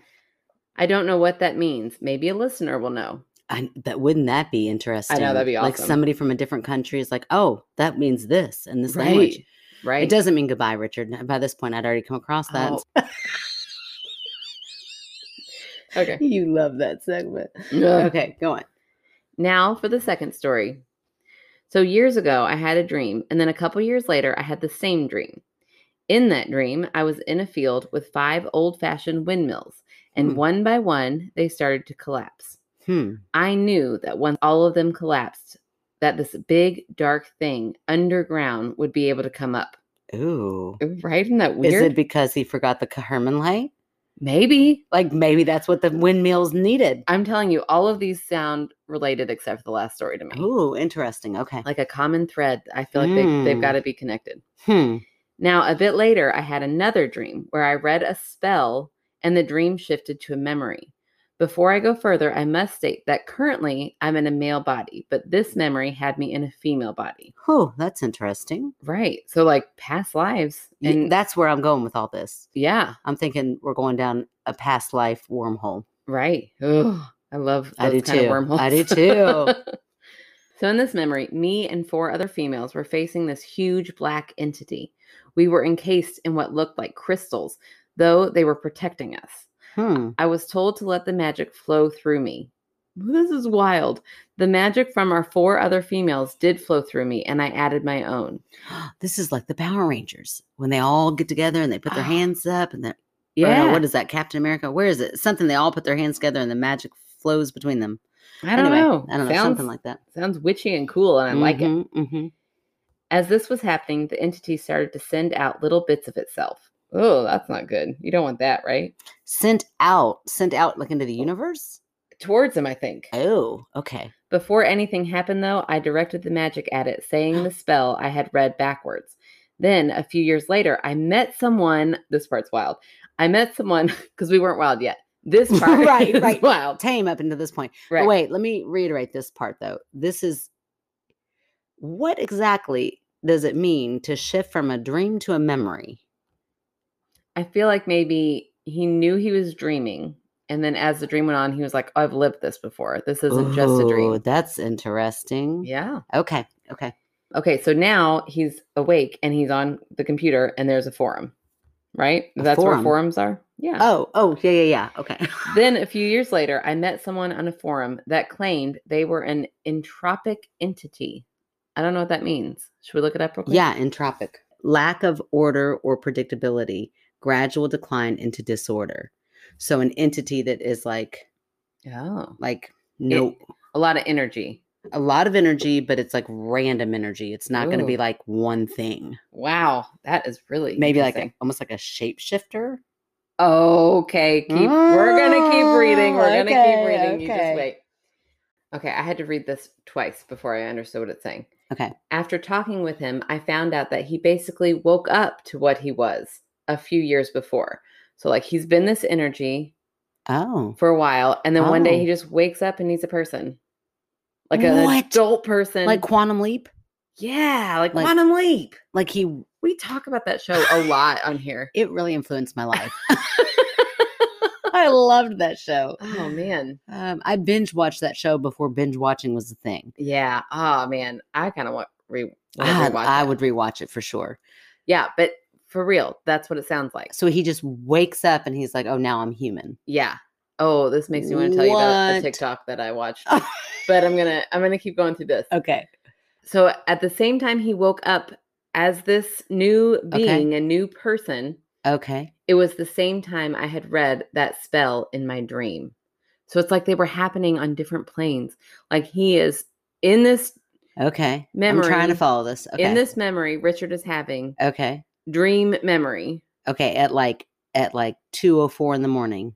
[SPEAKER 1] I don't know what that means. Maybe a listener will know.
[SPEAKER 2] I, that wouldn't that be interesting?
[SPEAKER 1] that'd be
[SPEAKER 2] Like
[SPEAKER 1] awesome.
[SPEAKER 2] somebody from a different country is like, oh, that means this in this language.
[SPEAKER 1] Right.
[SPEAKER 2] It doesn't mean goodbye, Richard. By this point, I'd already come across that.
[SPEAKER 1] Oh. Okay.
[SPEAKER 2] You love that segment.
[SPEAKER 1] Ugh.
[SPEAKER 2] Okay, go on.
[SPEAKER 1] Now for the second story. So, years ago, I had a dream, and then a couple years later, I had the same dream. In that dream, I was in a field with five old fashioned windmills, and
[SPEAKER 2] Hmm.
[SPEAKER 1] one by one, they started to collapse.
[SPEAKER 2] Hmm.
[SPEAKER 1] I knew that once all of them collapsed, that this big dark thing underground would be able to come up.
[SPEAKER 2] Ooh.
[SPEAKER 1] Right? Isn't that
[SPEAKER 2] Is
[SPEAKER 1] weird?
[SPEAKER 2] it because he forgot the Kahirmanle?
[SPEAKER 1] Maybe.
[SPEAKER 2] Like maybe that's what the windmills needed.
[SPEAKER 1] I'm telling you, all of these sound related except for the last story to me.
[SPEAKER 2] Ooh, interesting. Okay.
[SPEAKER 1] Like a common thread. I feel like they, they've
[SPEAKER 2] Mm.
[SPEAKER 1] got to be connected.
[SPEAKER 2] Hmm.
[SPEAKER 1] Now, a bit later, I had another dream where I read a spell and the dream shifted to a memory. Before I go further, I must state that currently I'm in a male body, but this memory had me in a female body.
[SPEAKER 2] Oh, that's interesting.
[SPEAKER 1] Right. So, like past lives.
[SPEAKER 2] Y-
[SPEAKER 1] And
[SPEAKER 2] that's where I'm going with all this.
[SPEAKER 1] yeah,
[SPEAKER 2] I'm thinking we're going down a past life wormhole.
[SPEAKER 1] right. Oh, I love those
[SPEAKER 2] I do
[SPEAKER 1] kind
[SPEAKER 2] too.
[SPEAKER 1] of wormholes.
[SPEAKER 2] I do too.
[SPEAKER 1] So, in this memory, me and four other females were facing this huge black entity. We were encased in what looked like crystals, though they were protecting us.
[SPEAKER 2] Hmm.
[SPEAKER 1] I was told to let the magic flow through me. This is wild. The magic from our four other females did flow through me, and I added my own.
[SPEAKER 2] Uh, This is like the Power Rangers when they all get together and they put their
[SPEAKER 1] Ah.
[SPEAKER 2] hands up and they're, or uh, no,
[SPEAKER 1] Yeah.
[SPEAKER 2] what is that? Captain America? Where is it? Something they all put their hands together and the magic flows between them.
[SPEAKER 1] I don't
[SPEAKER 2] Anyway,
[SPEAKER 1] know.
[SPEAKER 2] I don't know.
[SPEAKER 1] sounds,
[SPEAKER 2] Something like that.
[SPEAKER 1] sounds witchy and cool, and I like it.
[SPEAKER 2] hmm
[SPEAKER 1] As this was happening, the entity started to send out little bits of itself. Oh, that's not good. You don't want that, right?
[SPEAKER 2] Sent out, sent out like into the universe.
[SPEAKER 1] Towards him, I think.
[SPEAKER 2] Oh, okay.
[SPEAKER 1] Before anything happened, though, I directed the magic at it, saying the spell I had read backwards. Then, a few years later, I met someone. This part's wild. I met someone because we weren't wild yet. This part
[SPEAKER 2] Right,
[SPEAKER 1] is
[SPEAKER 2] right.
[SPEAKER 1] wild.
[SPEAKER 2] Tame up into this point.
[SPEAKER 1] Right.
[SPEAKER 2] But wait, let me reiterate this part though. This is what exactly does it mean to shift from a dream to a memory?
[SPEAKER 1] I feel like maybe he knew he was dreaming. And then as the dream went on, he was like, oh, I've lived this before. This isn't just a
[SPEAKER 2] Ooh,
[SPEAKER 1] dream.
[SPEAKER 2] That's interesting.
[SPEAKER 1] Yeah.
[SPEAKER 2] Okay. Okay.
[SPEAKER 1] Okay. So now he's awake and he's on the computer and there's a forum, right?
[SPEAKER 2] A
[SPEAKER 1] That's where
[SPEAKER 2] forum.
[SPEAKER 1] forums are. Yeah.
[SPEAKER 2] Oh, oh, yeah, yeah, yeah. Okay.
[SPEAKER 1] Then a few years later, I met someone on a forum that claimed they were an entropic entity. I don't know what that means. Should we look it up real quick?
[SPEAKER 2] Yeah, entropic. Lack of order or predictability, gradual decline into disorder. So an entity that is like
[SPEAKER 1] Oh,
[SPEAKER 2] like no
[SPEAKER 1] It- a lot of energy.
[SPEAKER 2] a lot of energy, but it's like random energy. It's not going to
[SPEAKER 1] Ooh.
[SPEAKER 2] be like one thing.
[SPEAKER 1] Wow, that is really
[SPEAKER 2] Maybe like a,
[SPEAKER 1] interesting.
[SPEAKER 2] almost like a shapeshifter.
[SPEAKER 1] okay. Keep we're gonna keep reading. We're gonna
[SPEAKER 2] Okay,
[SPEAKER 1] keep reading. You
[SPEAKER 2] Oh, okay.
[SPEAKER 1] just wait. Okay, I had to read this twice before I understood what it's saying.
[SPEAKER 2] Okay.
[SPEAKER 1] After talking with him, I found out that he basically woke up to what he was a few years before. So like he's been this energy
[SPEAKER 2] Oh,
[SPEAKER 1] for a while, and then one day he
[SPEAKER 2] Oh.
[SPEAKER 1] just wakes up and he's a person, like an
[SPEAKER 2] What?
[SPEAKER 1] adult person.
[SPEAKER 2] like quantum leap.
[SPEAKER 1] yeah, like,
[SPEAKER 2] like-
[SPEAKER 1] quantum leap.
[SPEAKER 2] Like he,
[SPEAKER 1] We talk about that show a lot on here.
[SPEAKER 2] it really influenced my life. I loved that show.
[SPEAKER 1] Oh man,
[SPEAKER 2] Um, I binge watched that show before binge watching was a thing.
[SPEAKER 1] yeah. Oh man, I kind of want re. wanna
[SPEAKER 2] I,
[SPEAKER 1] rewatch
[SPEAKER 2] I
[SPEAKER 1] it.
[SPEAKER 2] would rewatch it for sure.
[SPEAKER 1] Yeah, but for real, that's what it sounds like.
[SPEAKER 2] So he just wakes up and he's like, "Oh, now I'm human."
[SPEAKER 1] Yeah. Oh, this makes me want to tell you about a
[SPEAKER 2] What?
[SPEAKER 1] TikTok that I watched, but I'm gonna I'm gonna keep going through this.
[SPEAKER 2] okay.
[SPEAKER 1] So at the same time, he woke up as this new
[SPEAKER 2] Okay.
[SPEAKER 1] being, a new person.
[SPEAKER 2] Okay.
[SPEAKER 1] it was the same time I had read that spell in my dream. So it's like they were happening on different planes. Like he is in this
[SPEAKER 2] Okay. I'm trying
[SPEAKER 1] Memory.
[SPEAKER 2] to follow this. Okay.
[SPEAKER 1] in this memory Richard is having
[SPEAKER 2] Okay.
[SPEAKER 1] dream memory,
[SPEAKER 2] Okay, at like at like two oh four in the morning.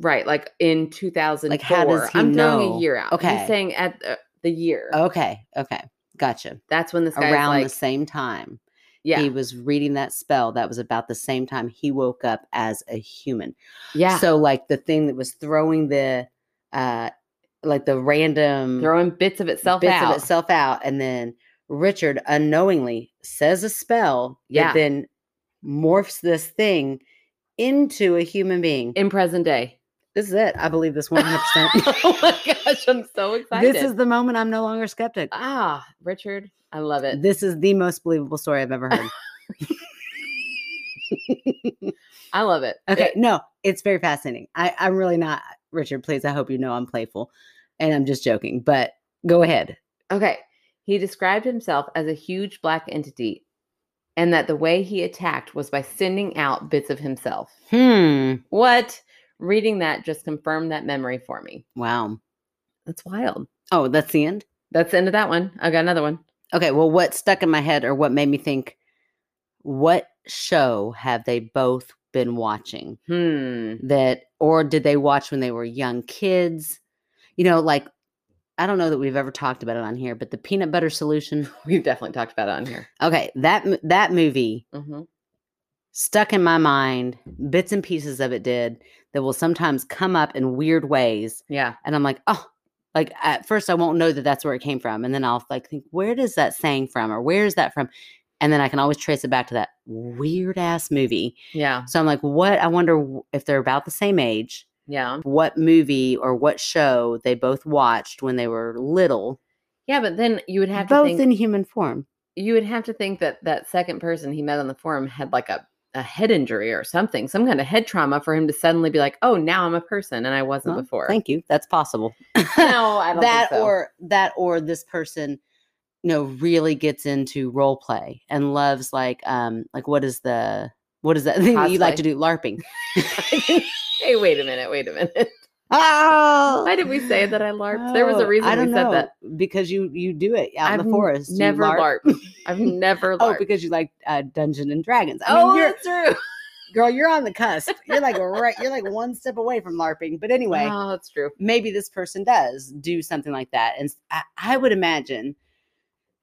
[SPEAKER 1] right? Like in 2004.
[SPEAKER 2] does he
[SPEAKER 1] I'm throwing a
[SPEAKER 2] know?
[SPEAKER 1] year out.
[SPEAKER 2] Okay.
[SPEAKER 1] He's saying at uh, the year.
[SPEAKER 2] Okay, okay, gotcha.
[SPEAKER 1] That's when this guy's
[SPEAKER 2] Around
[SPEAKER 1] like,
[SPEAKER 2] the same time,
[SPEAKER 1] yeah,
[SPEAKER 2] he was reading that spell. That was about the same time he woke up as a human.
[SPEAKER 1] yeah.
[SPEAKER 2] So like the thing that was throwing the, uh, like the random
[SPEAKER 1] throwing bits of itself
[SPEAKER 2] bits
[SPEAKER 1] out.
[SPEAKER 2] of itself out, and then Richard unknowingly says a spell. that
[SPEAKER 1] Yeah.
[SPEAKER 2] then morphs this thing into a human being.
[SPEAKER 1] in present day.
[SPEAKER 2] this is it. I believe this one hundred percent.
[SPEAKER 1] oh my gosh, I'm so excited.
[SPEAKER 2] This is the moment I'm no longer skeptic.
[SPEAKER 1] ah, Richard, I love it.
[SPEAKER 2] This is the most believable story I've ever heard.
[SPEAKER 1] I love it.
[SPEAKER 2] okay, no, it's very fascinating. I, I'm really not, Richard, please. I hope you know I'm playful and I'm just joking, but go ahead.
[SPEAKER 1] Okay. He described himself as a huge black entity and that the way he attacked was by sending out bits of himself.
[SPEAKER 2] Hmm.
[SPEAKER 1] What? Reading that just confirmed that memory for me.
[SPEAKER 2] Wow.
[SPEAKER 1] That's wild.
[SPEAKER 2] Oh, that's the end?
[SPEAKER 1] That's the end of that one. I got another one.
[SPEAKER 2] Okay, well, what stuck in my head or what made me think, what show have they both been watching
[SPEAKER 1] Hmm.
[SPEAKER 2] that, or did they watch when they were young kids? You know, like, I don't know that we've ever talked about it on here, but the peanut butter solution.
[SPEAKER 1] We've definitely talked about it on here.
[SPEAKER 2] Okay, that mo- that movie
[SPEAKER 1] hmm
[SPEAKER 2] stuck in my mind, bits and pieces of it did that will sometimes come up in weird ways.
[SPEAKER 1] Yeah.
[SPEAKER 2] And I'm like, oh, like at first I won't know that that's where it came from. And then I'll like think, where does that saying from or where is that from? And then I can always trace it back to that weird ass movie.
[SPEAKER 1] Yeah.
[SPEAKER 2] So I'm like, what? I wonder w- if they're about the same age,
[SPEAKER 1] Yeah.
[SPEAKER 2] what movie or what show they both watched when they were little,
[SPEAKER 1] Yeah. But then you would have
[SPEAKER 2] both
[SPEAKER 1] to think
[SPEAKER 2] in human form.
[SPEAKER 1] you would have to think that that second person he met on the forum had like a, a head injury or something, some kind of head trauma for him to suddenly be like, oh, now I'm a person and I wasn't
[SPEAKER 2] Well,
[SPEAKER 1] before.
[SPEAKER 2] Thank you. That's possible.
[SPEAKER 1] no, I don't
[SPEAKER 2] that
[SPEAKER 1] think so.
[SPEAKER 2] or that or this person you know really gets into role play and loves like um like what is the what is that thing that you like
[SPEAKER 1] Cosplay.
[SPEAKER 2] to do larping
[SPEAKER 1] hey, wait a minute, wait a minute.
[SPEAKER 2] Oh,
[SPEAKER 1] Why did we say that I LARPed? there was a reason
[SPEAKER 2] I don't
[SPEAKER 1] we said
[SPEAKER 2] know,
[SPEAKER 1] that.
[SPEAKER 2] because you you do it out in
[SPEAKER 1] I've
[SPEAKER 2] the forest. You
[SPEAKER 1] Never
[SPEAKER 2] LARP.
[SPEAKER 1] LARP. I've never LARPed.
[SPEAKER 2] Oh, because you like uh, Dungeon and Dragons. I mean,
[SPEAKER 1] oh,
[SPEAKER 2] you're,
[SPEAKER 1] that's true.
[SPEAKER 2] girl, you're on the cusp. You're like right. You're like one step away from LARPing. But anyway,
[SPEAKER 1] Oh, that's true.
[SPEAKER 2] maybe this person does do something like that. And s- I, I would imagine,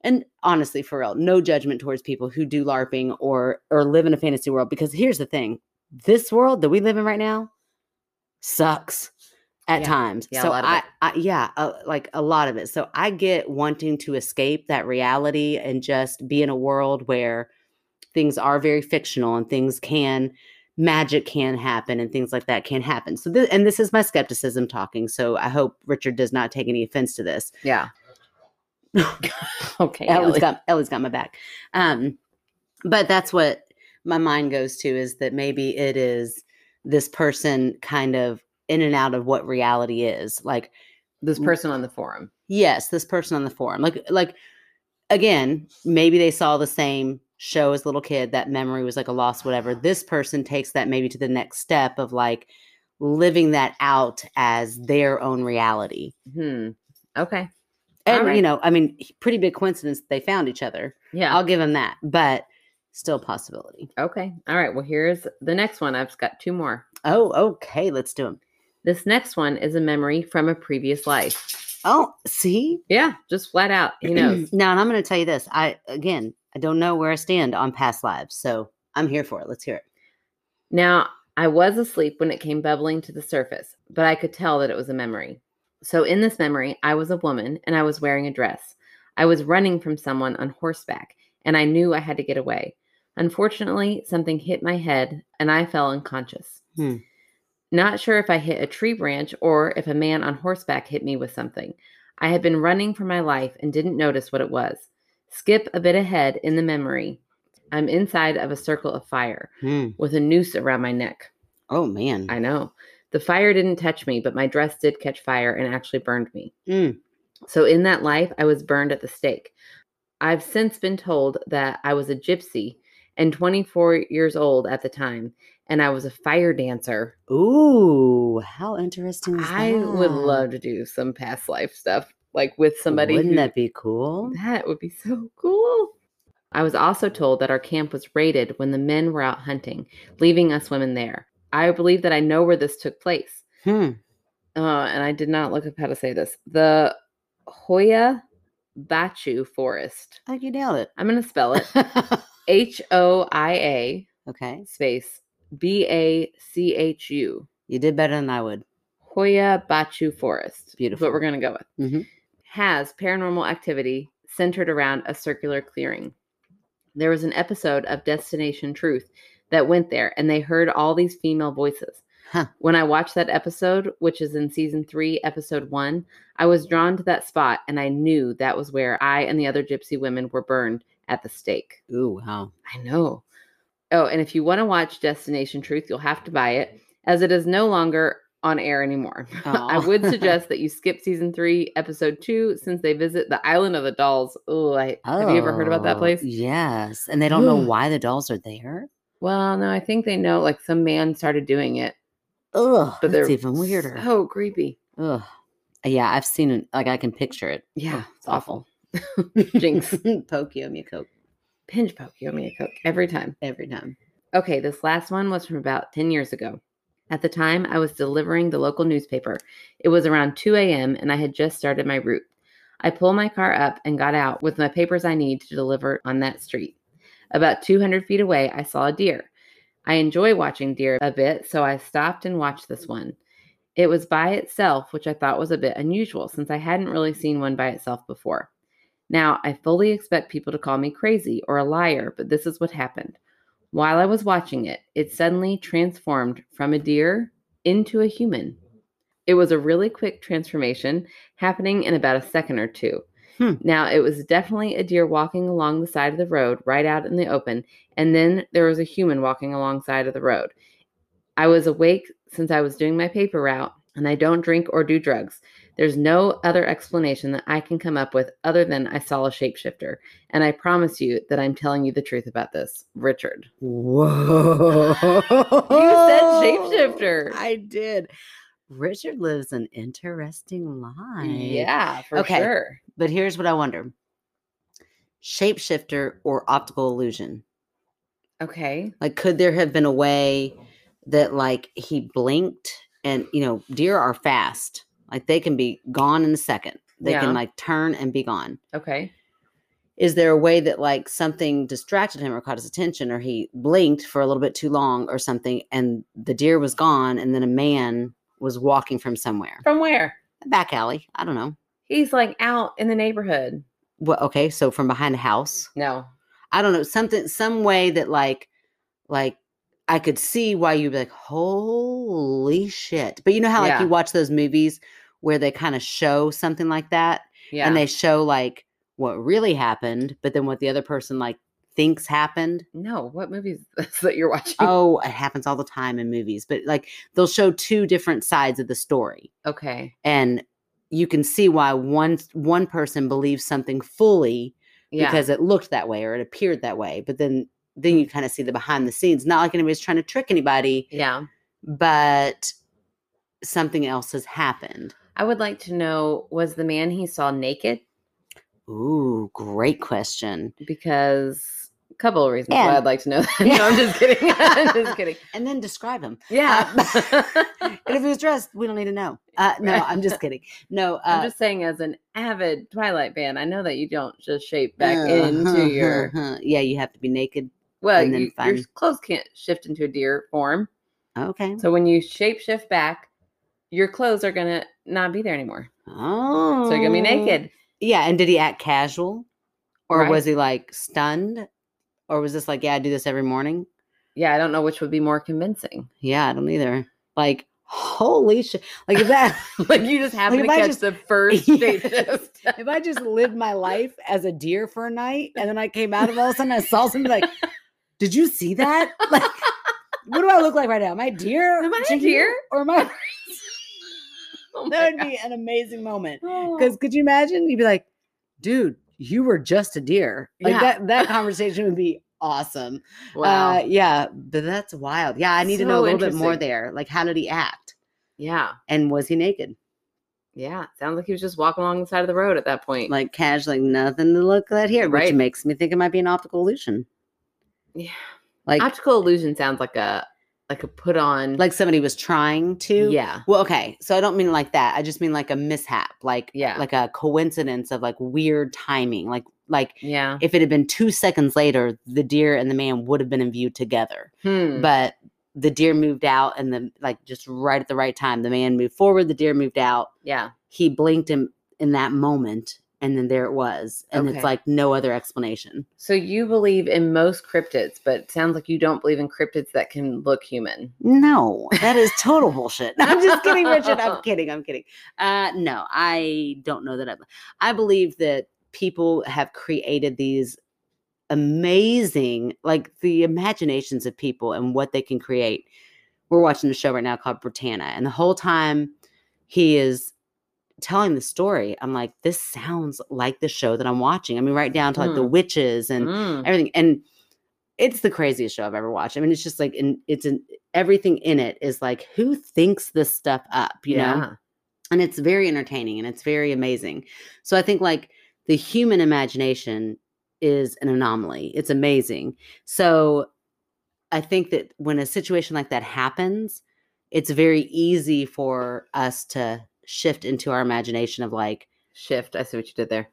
[SPEAKER 2] and honestly, for real, no judgment towards people who do LARPing or or live in a fantasy world. Because here's the thing: this world that we live in right now sucks at
[SPEAKER 1] Yeah.
[SPEAKER 2] times.
[SPEAKER 1] Yeah, a
[SPEAKER 2] so
[SPEAKER 1] lot of
[SPEAKER 2] I,
[SPEAKER 1] it.
[SPEAKER 2] I, yeah, uh, like a lot of it. So I get wanting to escape that reality and just be in a world where things are very fictional and things can magic can happen and things like that can happen. So this, and this is my skepticism talking. So I hope Richard does not take any offense to this.
[SPEAKER 1] Yeah. okay.
[SPEAKER 2] Ellie's
[SPEAKER 1] Ellie.
[SPEAKER 2] got Ellie's got my back. Um, but that's what my mind goes to is that maybe it is this person kind of in and out of what reality is. Like,
[SPEAKER 1] This person on the forum.
[SPEAKER 2] yes, this person on the forum. Like, like again, maybe they saw the same show as a little kid. That memory was like a loss, whatever. This person takes that maybe to the next step of like living that out as their own reality.
[SPEAKER 1] Hmm. Okay. All
[SPEAKER 2] And you
[SPEAKER 1] right.
[SPEAKER 2] know, I mean, pretty big coincidence that they found each other.
[SPEAKER 1] Yeah.
[SPEAKER 2] I'll give him that, but still possibility.
[SPEAKER 1] okay. All right. Well, here's the next one. I've just got two more.
[SPEAKER 2] Oh, okay, let's do him.
[SPEAKER 1] This next one is a memory from a previous life.
[SPEAKER 2] Oh, see,
[SPEAKER 1] Yeah. Just flat out. He knows.
[SPEAKER 2] now, and I'm going to tell you this. I again, I don't know where I stand on past lives, so I'm here for it. Let's hear it.
[SPEAKER 1] Now, I was asleep when it came bubbling to the surface, but I could tell that it was a memory. So, in this memory, I was a woman and I was wearing a dress. I was running from someone on horseback, and I knew I had to get away. Unfortunately, something hit my head and I fell unconscious.
[SPEAKER 2] Hmm.
[SPEAKER 1] Not sure if I hit a tree branch or if a man on horseback hit me with something. I had been running for my life and didn't notice what it was. Skip a bit ahead in the memory. I'm inside of a circle of fire
[SPEAKER 2] Hmm.
[SPEAKER 1] with a noose around my neck.
[SPEAKER 2] Oh man,
[SPEAKER 1] I know. The fire didn't touch me, but my dress did catch fire and actually burned me.
[SPEAKER 2] Mm.
[SPEAKER 1] So in that life, I was burned at the stake. I've since been told that I was a gypsy and 24 years old at the time, and I was a fire dancer.
[SPEAKER 2] ooh, how interesting! Is
[SPEAKER 1] I would
[SPEAKER 2] that?
[SPEAKER 1] love to do some past life stuff, like with somebody.
[SPEAKER 2] Wouldn't
[SPEAKER 1] who-
[SPEAKER 2] that be cool?
[SPEAKER 1] that would be so cool. I was also told that our camp was raided when the men were out hunting, leaving us women there. I believe that I know where this took place.
[SPEAKER 2] Hmm.
[SPEAKER 1] Uh, and I did not look up how to say this. The Hoya Bachu Forest.
[SPEAKER 2] Oh, you nailed
[SPEAKER 1] I'm going to spell it
[SPEAKER 2] it.
[SPEAKER 1] H O I A
[SPEAKER 2] okay,
[SPEAKER 1] space B A C H U.
[SPEAKER 2] you did better than I would.
[SPEAKER 1] Hoya Bachu Forest. is
[SPEAKER 2] Beautiful.
[SPEAKER 1] What we're going to go with.
[SPEAKER 2] Mhm.
[SPEAKER 1] Has paranormal activity centered around a circular clearing. There was an episode of Destination Truth that went there and they heard all these female voices.
[SPEAKER 2] Huh.
[SPEAKER 1] When I watched that episode, which is in season three, episode one, I was drawn to that spot and I knew that was where I and the other gypsy women were burned at the stake.
[SPEAKER 2] Ooh, wow.
[SPEAKER 1] I know. Oh, and if you want to watch Destination Truth, you'll have to buy it as it is no longer on air anymore. I
[SPEAKER 2] Aw.
[SPEAKER 1] would suggest that you skip season three, episode two, since they visit the island of the dolls. Ooh, I, have you ever heard about that
[SPEAKER 2] Oh,
[SPEAKER 1] place?
[SPEAKER 2] Yes, and they don't know
[SPEAKER 1] Ugh.
[SPEAKER 2] why the dolls are there.
[SPEAKER 1] Well, no, I think they know like some man started doing it,
[SPEAKER 2] Ugh,
[SPEAKER 1] but
[SPEAKER 2] that's
[SPEAKER 1] they're
[SPEAKER 2] even weirder.
[SPEAKER 1] So creepy.
[SPEAKER 2] Ugh. Yeah, I've seen it. Like I can picture it.
[SPEAKER 1] Yeah,
[SPEAKER 2] Ugh,
[SPEAKER 1] it's awful. Oh, Jinx.
[SPEAKER 2] Jinx. Pokio me Coke
[SPEAKER 1] Pinch poke, you owe me a coke every time.
[SPEAKER 2] every time.
[SPEAKER 1] Okay, this last one was from about 10 years ago. At the time, I was delivering the local newspaper. It was around 2 a.m., and I had just started my route. I pulled my car up and got out with my papers I need to deliver on that street. About 200 feet away, I saw a deer. I enjoy watching deer a bit, so I stopped and watched this one. It was by itself, which I thought was a bit unusual since I hadn't really seen one by itself before. Now, I fully expect people to call me crazy or a liar, but this is what happened. While I was watching it, it suddenly transformed from a deer into a human. It was a really quick transformation happening in about a second or two.
[SPEAKER 2] Hmm.
[SPEAKER 1] Now, it was definitely a deer walking along the side of the road right out in the open, and then there was a human walking alongside of the road. I was awake since I was doing my paper route, and I don't drink or do drugs. There's no other explanation that I can come up with other than I saw a shapeshifter, and I promise you that I'm telling you the truth about this, Richard.
[SPEAKER 2] Whoa!
[SPEAKER 1] You said shapeshifter.
[SPEAKER 2] I did. Richard lives an interesting life.
[SPEAKER 1] Yeah, for
[SPEAKER 2] Okay.
[SPEAKER 1] sure.
[SPEAKER 2] But here's what I wonder shapeshifter or optical illusion?
[SPEAKER 1] Okay.
[SPEAKER 2] Like, could there have been a way that, like, he blinked and, you know, deer are fast. Like, they can be gone in a second. They
[SPEAKER 1] Yeah.
[SPEAKER 2] can, like, turn and be gone.
[SPEAKER 1] Okay.
[SPEAKER 2] Is there a way that, like, something distracted him or caught his attention or he blinked for a little bit too long or something and the deer was gone and then a man was walking from somewhere?
[SPEAKER 1] From where?
[SPEAKER 2] A back alley. I don't know.
[SPEAKER 1] He's like out in the neighborhood.
[SPEAKER 2] Well, okay. So, from behind a house.
[SPEAKER 1] No.
[SPEAKER 2] I don't know, something some way that like like I could see why you'd be like, holy shit. But you know how like
[SPEAKER 1] Yeah.
[SPEAKER 2] you watch those movies where they kind of show something like that
[SPEAKER 1] Yeah.
[SPEAKER 2] and they show like what really happened, but then what the other person like thinks happened.
[SPEAKER 1] no. What movie is this that you're watching?
[SPEAKER 2] oh, it happens all the time in movies. But like they'll show two different sides of the story.
[SPEAKER 1] Okay.
[SPEAKER 2] And you can see why one one person believes something fully
[SPEAKER 1] Yeah.
[SPEAKER 2] because it looked that way or it appeared that way. But then then
[SPEAKER 1] Mm.
[SPEAKER 2] you kind of see the behind the scenes. Not like anybody's trying to trick anybody,
[SPEAKER 1] yeah.
[SPEAKER 2] but something else has happened.
[SPEAKER 1] I would like to know was the man he saw naked?
[SPEAKER 2] Ooh, great question.
[SPEAKER 1] Because a couple of reasons why
[SPEAKER 2] And-
[SPEAKER 1] I'd like to know that. no, I'm just kidding. I'm just kidding.
[SPEAKER 2] And then describe him.
[SPEAKER 1] Yeah.
[SPEAKER 2] And if he was dressed, we don't need to know. Uh, no, I'm just kidding. No, uh,
[SPEAKER 1] I'm just saying, as an avid Twilight fan, I know that you don't just shape back
[SPEAKER 2] uh,
[SPEAKER 1] into your
[SPEAKER 2] yeah. You have to be naked.
[SPEAKER 1] well,
[SPEAKER 2] and then
[SPEAKER 1] you, your
[SPEAKER 2] find-
[SPEAKER 1] clothes can't shift into a deer form.
[SPEAKER 2] Okay.
[SPEAKER 1] So when you shape shift back, your clothes are gonna not be there anymore.
[SPEAKER 2] Oh,
[SPEAKER 1] So you're gonna be naked.
[SPEAKER 2] Yeah, and did he act casual, or
[SPEAKER 1] Right.
[SPEAKER 2] was he like stunned, or was this like, yeah, I do this every morning?
[SPEAKER 1] Yeah, I don't know which would be more convincing.
[SPEAKER 2] Yeah, I don't either. Like, holy shit! Like if that,
[SPEAKER 1] Like you just happen
[SPEAKER 2] Like,
[SPEAKER 1] to
[SPEAKER 2] if I
[SPEAKER 1] catch
[SPEAKER 2] just-
[SPEAKER 1] the first
[SPEAKER 2] Yeah.
[SPEAKER 1] shape shift.
[SPEAKER 2] if I just lived my life as a deer for a night, and then I came out of all of a sudden, I saw something like, did you see that? Like, what do I look like right now? Am I a deer?
[SPEAKER 1] Am I a
[SPEAKER 2] to you?
[SPEAKER 1] deer?
[SPEAKER 2] Or am I?
[SPEAKER 1] Oh my
[SPEAKER 2] That would
[SPEAKER 1] God.
[SPEAKER 2] be an amazing moment.
[SPEAKER 1] Oh.
[SPEAKER 2] Because could you imagine? You'd be like, dude, you were just a deer. Like
[SPEAKER 1] Yeah.
[SPEAKER 2] that. That conversation would be awesome.
[SPEAKER 1] wow.
[SPEAKER 2] Uh, yeah, but that's wild. Yeah, I need to know
[SPEAKER 1] So
[SPEAKER 2] a little bit more
[SPEAKER 1] interesting.
[SPEAKER 2] there. Like, how did he act?
[SPEAKER 1] yeah.
[SPEAKER 2] And was he naked?
[SPEAKER 1] Yeah. Sounds like he was just walking along the side of the road at that point.
[SPEAKER 2] Like, cash, like nothing to look at here,
[SPEAKER 1] Right.
[SPEAKER 2] which makes me think it might be an optical illusion.
[SPEAKER 1] yeah.
[SPEAKER 2] Like,
[SPEAKER 1] Optical illusion sounds like a like a put on
[SPEAKER 2] like somebody was trying to.
[SPEAKER 1] yeah.
[SPEAKER 2] Well, okay. So I don't mean like that. I just mean like a mishap, like
[SPEAKER 1] Yeah.
[SPEAKER 2] like a coincidence of like weird timing. Like like
[SPEAKER 1] Yeah.
[SPEAKER 2] if it had been two seconds later, the deer and the man would have been in view together.
[SPEAKER 1] Hmm.
[SPEAKER 2] but the deer moved out and the like just right at the right time the man moved forward the deer moved out
[SPEAKER 1] yeah.
[SPEAKER 2] he blinked him in that moment and then there it was and
[SPEAKER 1] Okay.
[SPEAKER 2] it's like no other explanation
[SPEAKER 1] So you believe in most cryptids, but it sounds like you don't believe in cryptids that can look human.
[SPEAKER 2] no that is total bullshit i'm just kidding richard i'm kidding i'm kidding uh no i don't know that i i believe that people have created these amazing like the imaginations of people and what they can create we're watching a show right now called britannia and the whole time he is telling the story i'm like this sounds like the show that i'm watching i mean right down to like the
[SPEAKER 1] Mm.
[SPEAKER 2] witches and
[SPEAKER 1] Mm.
[SPEAKER 2] everything and it's the craziest show i've ever watched i mean it's just like and it's an everything in it is like who thinks this stuff up you know
[SPEAKER 1] yeah.
[SPEAKER 2] and it's very entertaining and it's very amazing so i think like the human imagination is an anomaly it's amazing so i think that when a situation like that happens it's very easy for us to shift into our imagination of like
[SPEAKER 1] Shift. I see what you did there.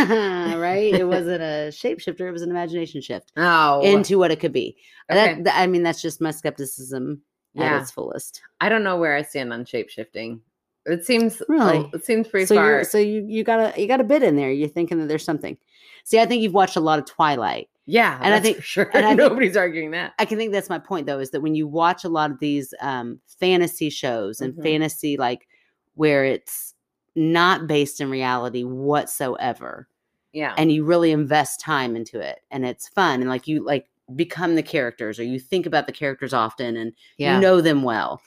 [SPEAKER 2] right it wasn't a shapeshifter it was an imagination shift
[SPEAKER 1] Oh.
[SPEAKER 2] into what it could be. That-
[SPEAKER 1] okay.
[SPEAKER 2] That, I mean, that's just my skepticism at
[SPEAKER 1] Yeah.
[SPEAKER 2] its fullest.
[SPEAKER 1] I don't know where I stand on shape shifting. It seems
[SPEAKER 2] Really?
[SPEAKER 1] oh, it seems pretty
[SPEAKER 2] so
[SPEAKER 1] far.
[SPEAKER 2] you're, so you you got a you got a bit in there. You're thinking that there's something. See, I think you've watched a lot of Twilight.
[SPEAKER 1] yeah,
[SPEAKER 2] and I
[SPEAKER 1] that's
[SPEAKER 2] think-
[SPEAKER 1] for sure
[SPEAKER 2] and I think-
[SPEAKER 1] nobody's arguing that.
[SPEAKER 2] I can think that's my point though, is that when you watch a lot of these um, fantasy shows and
[SPEAKER 1] Mhm.
[SPEAKER 2] fantasy like where it's not based in reality whatsoever,
[SPEAKER 1] Yeah,
[SPEAKER 2] and you really invest time into it, and it's fun, and like you like become the characters, or you think about the characters often, and
[SPEAKER 1] yeah,
[SPEAKER 2] you know them well.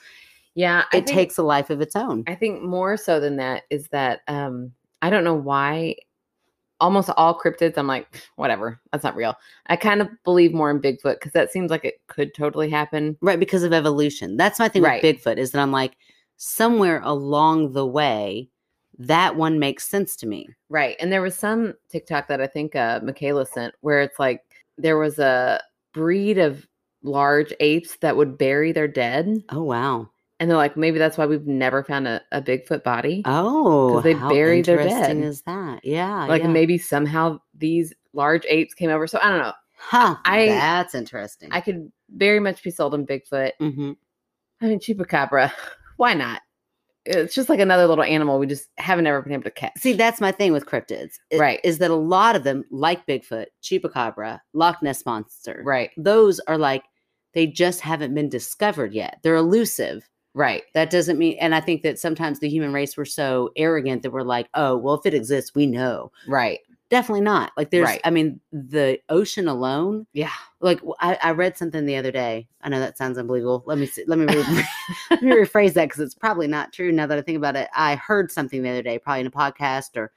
[SPEAKER 1] yeah. I
[SPEAKER 2] It
[SPEAKER 1] think-
[SPEAKER 2] takes a life of its own.
[SPEAKER 1] I think more so than that is that um, I don't know why almost all cryptids, I'm like, "Pff, whatever, that's not real. I kind of believe more in Bigfoot because that seems like it could totally happen.
[SPEAKER 2] Right, because of evolution. That's my thing
[SPEAKER 1] Right.
[SPEAKER 2] with Bigfoot is that I'm like, somewhere along the way, that one makes sense to me.
[SPEAKER 1] Right. And there was some TikTok that I think uh, Michaela sent where it's like there was a breed of large apes that would bury their dead.
[SPEAKER 2] Oh, wow.
[SPEAKER 1] And they're like, maybe that's why we've never found a, a Bigfoot body.
[SPEAKER 2] Oh,
[SPEAKER 1] 'Cause they
[SPEAKER 2] how
[SPEAKER 1] bury their
[SPEAKER 2] interesting
[SPEAKER 1] dead.
[SPEAKER 2] Is that yeah?
[SPEAKER 1] like
[SPEAKER 2] yeah.
[SPEAKER 1] maybe somehow these large apes came over. So I don't know.
[SPEAKER 2] Huh,
[SPEAKER 1] I-
[SPEAKER 2] that's interesting.
[SPEAKER 1] I could very much be sold on Bigfoot.
[SPEAKER 2] Mhm.
[SPEAKER 1] I mean, chupacabra. Why not? It's just like another little animal we just haven't ever been able to catch.
[SPEAKER 2] See, that's my thing with cryptids, i-
[SPEAKER 1] Right.
[SPEAKER 2] Is that a lot of them, like Bigfoot, Chupacabra, Loch Ness monster,
[SPEAKER 1] right,
[SPEAKER 2] Those are like they just haven't been discovered yet. They're elusive.
[SPEAKER 1] right,
[SPEAKER 2] That doesn't mean, and I think that sometimes the human race we're so arrogant that we're like, oh, well, if it exists, we know.
[SPEAKER 1] right.
[SPEAKER 2] Definitely not. Like there's,
[SPEAKER 1] Right.
[SPEAKER 2] I mean, the ocean alone.
[SPEAKER 1] Yeah.
[SPEAKER 2] Like w- I, I read something the other day. I know that sounds unbelievable. Let me see, let me re- let me rephrase that because it's probably not true. Now that I think about it, I heard something the other day, probably in a podcast or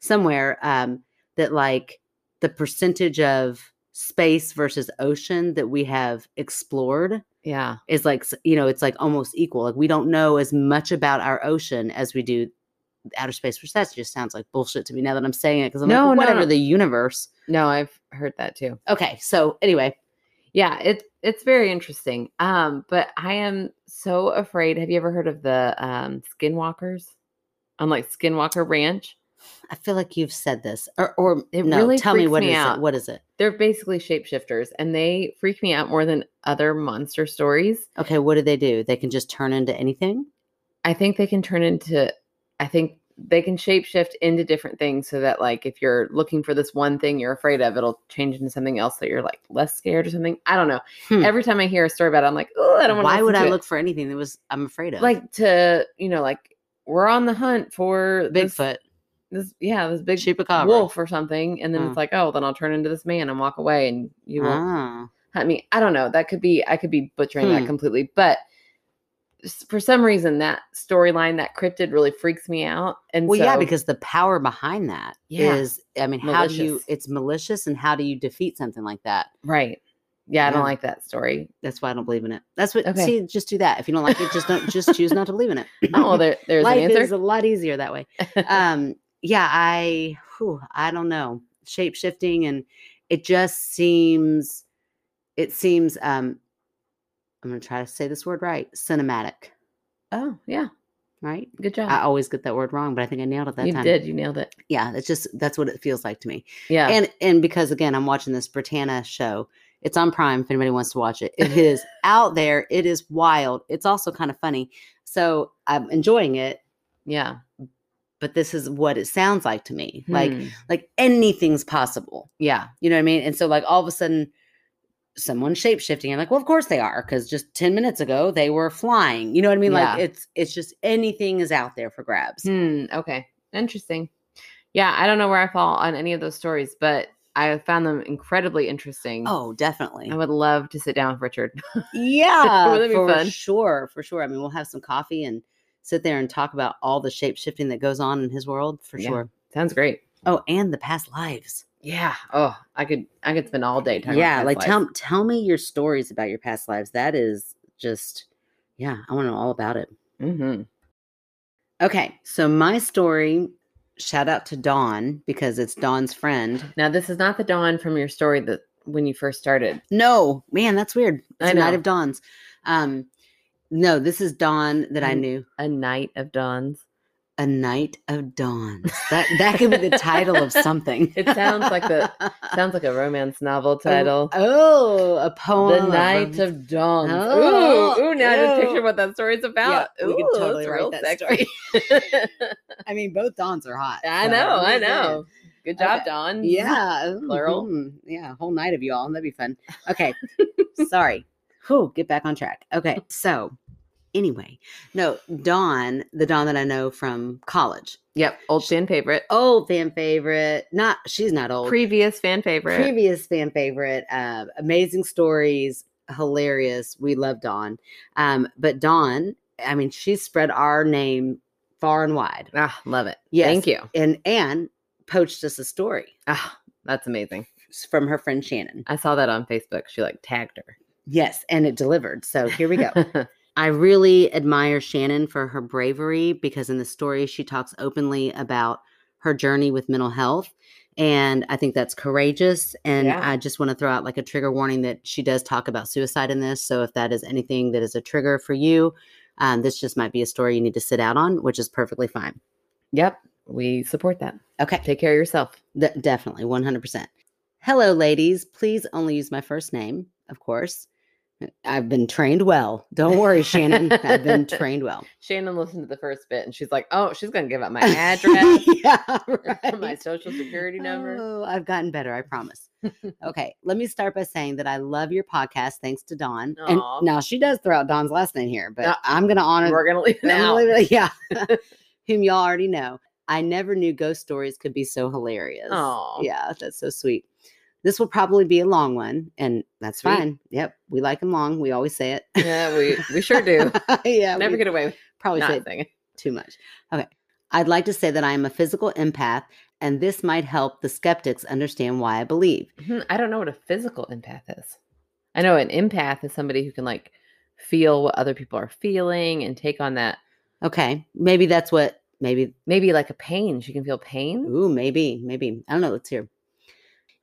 [SPEAKER 2] somewhere, um, that like the percentage of space versus ocean that we have explored
[SPEAKER 1] yeah.
[SPEAKER 2] is like s- you know it's like almost equal like we don't know as much about our ocean as we do outer space which that just sounds like bullshit to me now that i'm saying it because i'm
[SPEAKER 1] No,
[SPEAKER 2] like
[SPEAKER 1] no,
[SPEAKER 2] whatever
[SPEAKER 1] no.
[SPEAKER 2] the universe
[SPEAKER 1] No, I've heard that too.
[SPEAKER 2] okay so anyway
[SPEAKER 1] Yeah, it's it's very interesting. Um, but I am so afraid. Have you ever heard of the um skinwalkers on like Skinwalker Ranch?
[SPEAKER 2] i feel like you've said this or or
[SPEAKER 1] It
[SPEAKER 2] no,
[SPEAKER 1] really
[SPEAKER 2] tell me
[SPEAKER 1] freaks
[SPEAKER 2] what
[SPEAKER 1] me
[SPEAKER 2] is
[SPEAKER 1] out.
[SPEAKER 2] it what is it
[SPEAKER 1] They're basically shapeshifters and they freak me out more than other monster stories.
[SPEAKER 2] okay what do they do they can just turn into anything
[SPEAKER 1] I think they can turn into I think they can shapeshift into different things so that like if you're looking for this one thing you're afraid of, it'll change into something else that you're like less scared or something. I don't know.
[SPEAKER 2] Hmm.
[SPEAKER 1] Every time I hear a story about it, I'm like, oh, I don't want
[SPEAKER 2] why
[SPEAKER 1] to
[SPEAKER 2] would i
[SPEAKER 1] it.
[SPEAKER 2] look for anything that was i'm afraid of
[SPEAKER 1] like to you know like we're on the hunt for this-
[SPEAKER 2] bigfoot
[SPEAKER 1] this, yeah this big
[SPEAKER 2] chupacabra
[SPEAKER 1] wolf or something and then
[SPEAKER 2] Huh.
[SPEAKER 1] it's like oh then i'll turn into this man and walk away and you won't
[SPEAKER 2] ah,
[SPEAKER 1] hunt me i don't know that could be i could be butchering
[SPEAKER 2] Hmm.
[SPEAKER 1] that completely but s- for some reason that storyline that cryptid really freaks me out and
[SPEAKER 2] well yeah
[SPEAKER 1] so-
[SPEAKER 2] because the power behind that is,
[SPEAKER 1] Yeah.
[SPEAKER 2] i mean how do you
[SPEAKER 1] Malicious.
[SPEAKER 2] it's malicious and how do you defeat something like that
[SPEAKER 1] right yeah i
[SPEAKER 2] Yeah.
[SPEAKER 1] don't like that story
[SPEAKER 2] That's why I don't believe in it. That's what.
[SPEAKER 1] Okay.
[SPEAKER 2] See, just do that. If you don't like it, just don't. Just choose not to believe in it.
[SPEAKER 1] oh well there, there's
[SPEAKER 2] life
[SPEAKER 1] an
[SPEAKER 2] is
[SPEAKER 1] answer
[SPEAKER 2] a lot easier that way. Um, yeah, I. whew, I don't know shape shifting, and it just seems. It seems. Um, I'm gonna try to say this word right. Cinematic,
[SPEAKER 1] oh yeah
[SPEAKER 2] right?
[SPEAKER 1] good job
[SPEAKER 2] I always get that word wrong, but I think I nailed it that
[SPEAKER 1] you
[SPEAKER 2] time.
[SPEAKER 1] did you nailed it
[SPEAKER 2] Yeah, that's just that's what it feels like to me.
[SPEAKER 1] yeah
[SPEAKER 2] and and because again i'm watching this britannia show it's on prime if anybody wants to watch it it is out there it is wild it's also kind of funny so i'm enjoying it
[SPEAKER 1] yeah
[SPEAKER 2] but this is what it sounds like to me like
[SPEAKER 1] Hmm.
[SPEAKER 2] like anything's possible
[SPEAKER 1] yeah
[SPEAKER 2] you know what i mean and so like all of a sudden someone shape shifting i'm like well of course they are because just 10 minutes ago they were flying you know what i mean like
[SPEAKER 1] Yeah.
[SPEAKER 2] it's it's just anything is out there for grabs
[SPEAKER 1] Hmm. Okay. Interesting. Yeah, I don't know where I fall on any of those stories, but I found them incredibly interesting.
[SPEAKER 2] oh definitely
[SPEAKER 1] I would love to sit down with Richard.
[SPEAKER 2] Yeah,
[SPEAKER 1] Wouldn't that be
[SPEAKER 2] for
[SPEAKER 1] fun?
[SPEAKER 2] sure, for sure. I mean, we'll have some coffee and sit there and talk about all the shape shifting that goes on in his world, for
[SPEAKER 1] Yeah.
[SPEAKER 2] sure.
[SPEAKER 1] Sounds great.
[SPEAKER 2] Oh, and the past lives.
[SPEAKER 1] Yeah. Oh, I could. I could spend all day talking.
[SPEAKER 2] yeah,
[SPEAKER 1] about
[SPEAKER 2] like
[SPEAKER 1] past
[SPEAKER 2] tell
[SPEAKER 1] lives.
[SPEAKER 2] tell me your stories about your past lives. That is just, yeah, I want to know all about it.
[SPEAKER 1] Mhm.
[SPEAKER 2] Okay, so my story. Shout out to Dawn because it's Dawn's friend.
[SPEAKER 1] Now, this is not the dawn from your story that when you first started.
[SPEAKER 2] No, man, that's weird. It's
[SPEAKER 1] I
[SPEAKER 2] a night
[SPEAKER 1] know.
[SPEAKER 2] of Dawn's. Um, no, this is Dawn that I
[SPEAKER 1] Mm.
[SPEAKER 2] knew.
[SPEAKER 1] A night of dawns.
[SPEAKER 2] A Night of Dawns. That that could be the title of something.
[SPEAKER 1] It sounds like the Sounds like a romance novel title.
[SPEAKER 2] Oh, a poem.
[SPEAKER 1] the
[SPEAKER 2] of
[SPEAKER 1] night
[SPEAKER 2] rom-
[SPEAKER 1] of dawns.
[SPEAKER 2] Oh,
[SPEAKER 1] ooh, ooh! Now I just
[SPEAKER 2] ew.
[SPEAKER 1] picture what that story's about.
[SPEAKER 2] Yeah, we could
[SPEAKER 1] Ooh,
[SPEAKER 2] totally
[SPEAKER 1] it's
[SPEAKER 2] write
[SPEAKER 1] real
[SPEAKER 2] that
[SPEAKER 1] sexy.
[SPEAKER 2] I mean, both Dawns are hot.
[SPEAKER 1] I
[SPEAKER 2] so
[SPEAKER 1] know,
[SPEAKER 2] I'm
[SPEAKER 1] I
[SPEAKER 2] just saying.
[SPEAKER 1] know. Good
[SPEAKER 2] Okay.
[SPEAKER 1] job, Don.
[SPEAKER 2] Yeah.
[SPEAKER 1] Plural.
[SPEAKER 2] mhm. Yeah, a whole night of y'all. That'd be fun. Okay. Sorry. Whew, get back on track. Okay. So, anyway, no, Dawn, the Dawn that I know from college.
[SPEAKER 1] Yep. Old fan favorite.
[SPEAKER 2] Old fan favorite. Not, she's not old.
[SPEAKER 1] Previous fan favorite.
[SPEAKER 2] previous fan favorite. Uh, amazing stories, hilarious. We love Dawn. Um, but Dawn, I mean, she spread our name far and wide.
[SPEAKER 1] ah, love it.
[SPEAKER 2] Yes.
[SPEAKER 1] Thank you.
[SPEAKER 2] And Anne poached us a story
[SPEAKER 1] Ah, that's amazing.
[SPEAKER 2] from her friend Shannon.
[SPEAKER 1] I saw that on Facebook. She like tagged her.
[SPEAKER 2] Yes, and it delivered. So here we go. I really admire Shannon for her bravery because in the story, she talks openly about her journey with mental health. And I think that's courageous. And
[SPEAKER 1] Yeah.
[SPEAKER 2] I just want to throw out like a trigger warning that she does talk about suicide in this. So if that is anything that is a trigger for you, um, this just might be a story you need to sit out on, which is perfectly fine.
[SPEAKER 1] Yep, we support that.
[SPEAKER 2] Okay.
[SPEAKER 1] Take care of yourself.
[SPEAKER 2] De- definitely, 100%. Hello, ladies. Please only use my first name, of course. I've been trained well. Don't worry, Shannon. I've been trained well.
[SPEAKER 1] Shannon listened to the first bit and she's like, "Oh, she's gonna give out my address,
[SPEAKER 2] yeah,
[SPEAKER 1] my
[SPEAKER 2] right.
[SPEAKER 1] social security number."
[SPEAKER 2] Oh, I've gotten better, I promise. okay, let me start by saying that I love your podcast thanks to Dawn.
[SPEAKER 1] Aw.
[SPEAKER 2] And now she does throw out Dawn's last name here, but
[SPEAKER 1] Uh,
[SPEAKER 2] I'm going to honor
[SPEAKER 1] We're gonna leave it
[SPEAKER 2] I'm gonna
[SPEAKER 1] out.
[SPEAKER 2] leave it- yeah. Whom y'all already know. I never knew ghost stories could be so hilarious.
[SPEAKER 1] Aw.
[SPEAKER 2] Yeah, that's so sweet. This will probably be a long one, and that's
[SPEAKER 1] Sweet.
[SPEAKER 2] fine. Yep, we like them long. We always say it.
[SPEAKER 1] Yeah, we we sure do.
[SPEAKER 2] yeah,
[SPEAKER 1] Never
[SPEAKER 2] we
[SPEAKER 1] get away with
[SPEAKER 2] probably say it
[SPEAKER 1] nothing.
[SPEAKER 2] too much. Okay. I'd like to say that I am a physical empath, and this might help the skeptics understand why I believe.
[SPEAKER 1] Hmm, I don't know what a physical empath is. I know an empath is somebody who can like feel what other people are feeling and take on that.
[SPEAKER 2] Okay. Maybe that's what, maybe,
[SPEAKER 1] Maybe like a pain. She can feel pain.
[SPEAKER 2] ooh, maybe, maybe. I don't know. Let's hear.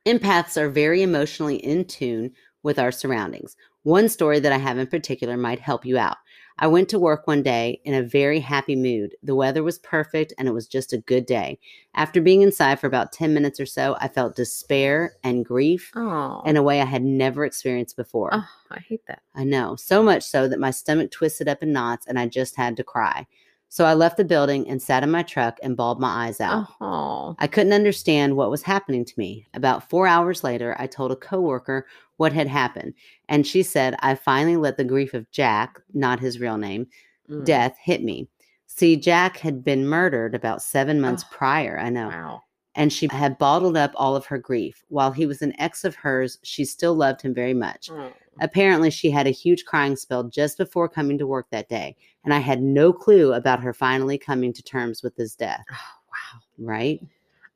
[SPEAKER 2] Empaths are very emotionally in tune with our surroundings. One story that I have in particular might help you out. I went to work one day in a very happy mood. The weather was perfect and it was just a good day. After being inside for about 10 minutes or so, I felt despair and grief
[SPEAKER 1] Oh,
[SPEAKER 2] in a way I had never experienced before.
[SPEAKER 1] oh, I hate that.
[SPEAKER 2] I know, so much so that my stomach twisted up in knots and I just had to cry. So I left the building and sat in my truck and bawled my eyes out.
[SPEAKER 1] Oh,
[SPEAKER 2] I couldn't understand what was happening to me. About four hours later, I told a coworker what had happened, and she said, I finally let the grief of Jack, not his real name,
[SPEAKER 1] mm,
[SPEAKER 2] death hit me. See, Jack had been murdered about seven months
[SPEAKER 1] Ugh.
[SPEAKER 2] prior. I know
[SPEAKER 1] Wow.
[SPEAKER 2] and she had bottled up all of her grief. While he was an ex of hers, she still loved him very much.
[SPEAKER 1] Mm.
[SPEAKER 2] Apparently, she had a huge crying spell just before coming to work that day, and I had no clue about her finally coming to terms with his death,
[SPEAKER 1] Oh, wow.
[SPEAKER 2] right?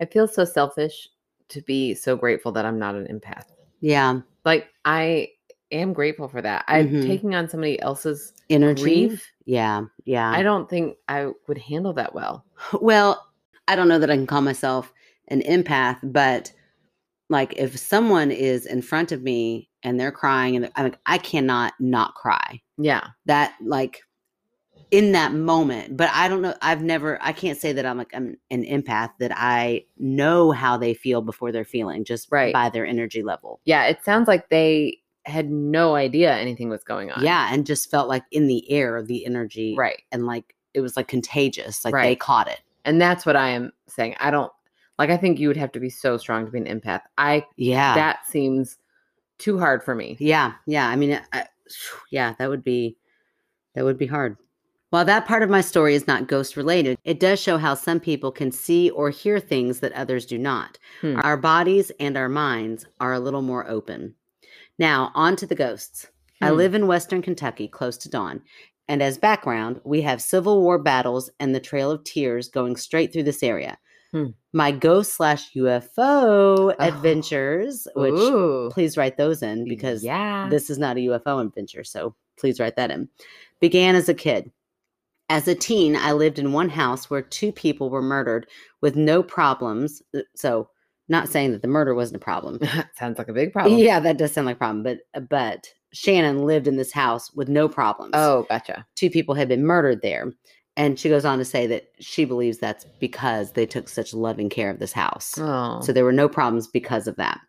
[SPEAKER 1] I feel so selfish to be so grateful that I'm not an empath.
[SPEAKER 2] Yeah,
[SPEAKER 1] Like I am grateful for that. I'm
[SPEAKER 2] Mhm.
[SPEAKER 1] taking on somebody else's
[SPEAKER 2] energy.
[SPEAKER 1] grief.
[SPEAKER 2] Yeah, yeah.
[SPEAKER 1] I don't think I would handle that well.
[SPEAKER 2] Well, I don't know that I can call myself an empath, but like if someone is in front of me and they're crying and I'm like, I cannot not cry.
[SPEAKER 1] Yeah.
[SPEAKER 2] that like in that moment but i don't know i've never i can't say that i'm like i'm an empath that i know how they feel before they're feeling just
[SPEAKER 1] Right.
[SPEAKER 2] by their energy level
[SPEAKER 1] Yeah. It sounds like they had no idea anything was going on.
[SPEAKER 2] yeah and just felt like in the air the energy
[SPEAKER 1] Right.
[SPEAKER 2] and like it was like contagious like they
[SPEAKER 1] Right.
[SPEAKER 2] caught it
[SPEAKER 1] And that's what I am saying. I don't like I think you would have to be so strong to be an empath. I
[SPEAKER 2] yeah
[SPEAKER 1] that seems too hard for me.
[SPEAKER 2] Yeah, yeah. I mean, I, yeah, that would be that would be hard. While that part of my story is not ghost related, it does show how some people can see or hear things that others do not.
[SPEAKER 1] Hmm.
[SPEAKER 2] Our bodies and our minds are a little more open. Now, on to the ghosts. I
[SPEAKER 1] Hmm.
[SPEAKER 2] live in Western Kentucky, close to Dawn. And as background, we have Civil War battles and the Trail of Tears going straight through this area.
[SPEAKER 1] Hmm. Oh,
[SPEAKER 2] My ghost slash UFO adventures, which
[SPEAKER 1] Ooh.
[SPEAKER 2] please write those in because
[SPEAKER 1] yeah.
[SPEAKER 2] this is not a UFO adventure, so please write that in. Began as a kid. As a teen, I lived in one house where two people were murdered with no problems. Uh, So, not saying that the murder wasn't a problem.
[SPEAKER 1] sounds like a big problem.
[SPEAKER 2] Yeah, that does sound like a problem, but uh, but Shannon lived in this house with no problems.
[SPEAKER 1] Oh, gotcha.
[SPEAKER 2] Two people had been murdered there. And she goes on to say that she believes that's because they took such loving care of this house.
[SPEAKER 1] Oh.
[SPEAKER 2] So there were no problems because of that.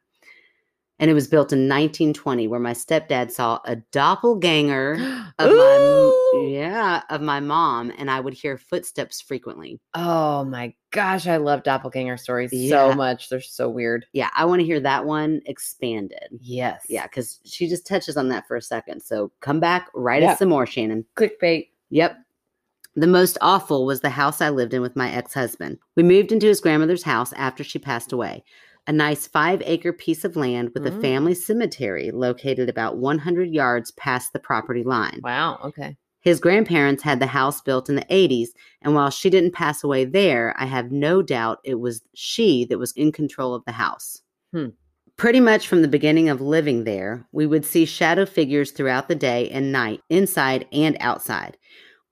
[SPEAKER 2] And it was built in 1920, where my stepdad saw a doppelganger of my m-
[SPEAKER 1] Ooh.
[SPEAKER 2] yeah of my mom, and I would hear footsteps frequently.
[SPEAKER 1] Oh my gosh, I love doppelganger stories
[SPEAKER 2] Yeah.
[SPEAKER 1] so much. They're so weird.
[SPEAKER 2] Yeah, I want to hear that one expanded.
[SPEAKER 1] Yes.
[SPEAKER 2] Yeah, because she just touches on that for a second. So come back, write
[SPEAKER 1] Yep.
[SPEAKER 2] us some more, Shannon.
[SPEAKER 1] Clickbait.
[SPEAKER 2] Yep. The most awful was the house I lived in with my ex husband. We moved into his grandmother's house after she passed away. A nice five acre piece of land with a
[SPEAKER 1] Mm.
[SPEAKER 2] family cemetery located about 100 yards past the property line.
[SPEAKER 1] Wow. Okay.
[SPEAKER 2] His grandparents had the house built in the 80s, and while she didn't pass away there, I have no doubt it was she that was in control of the house.
[SPEAKER 1] Hmm.
[SPEAKER 2] Pretty much from the beginning of living there, we would see shadow figures throughout the day and night, inside and outside.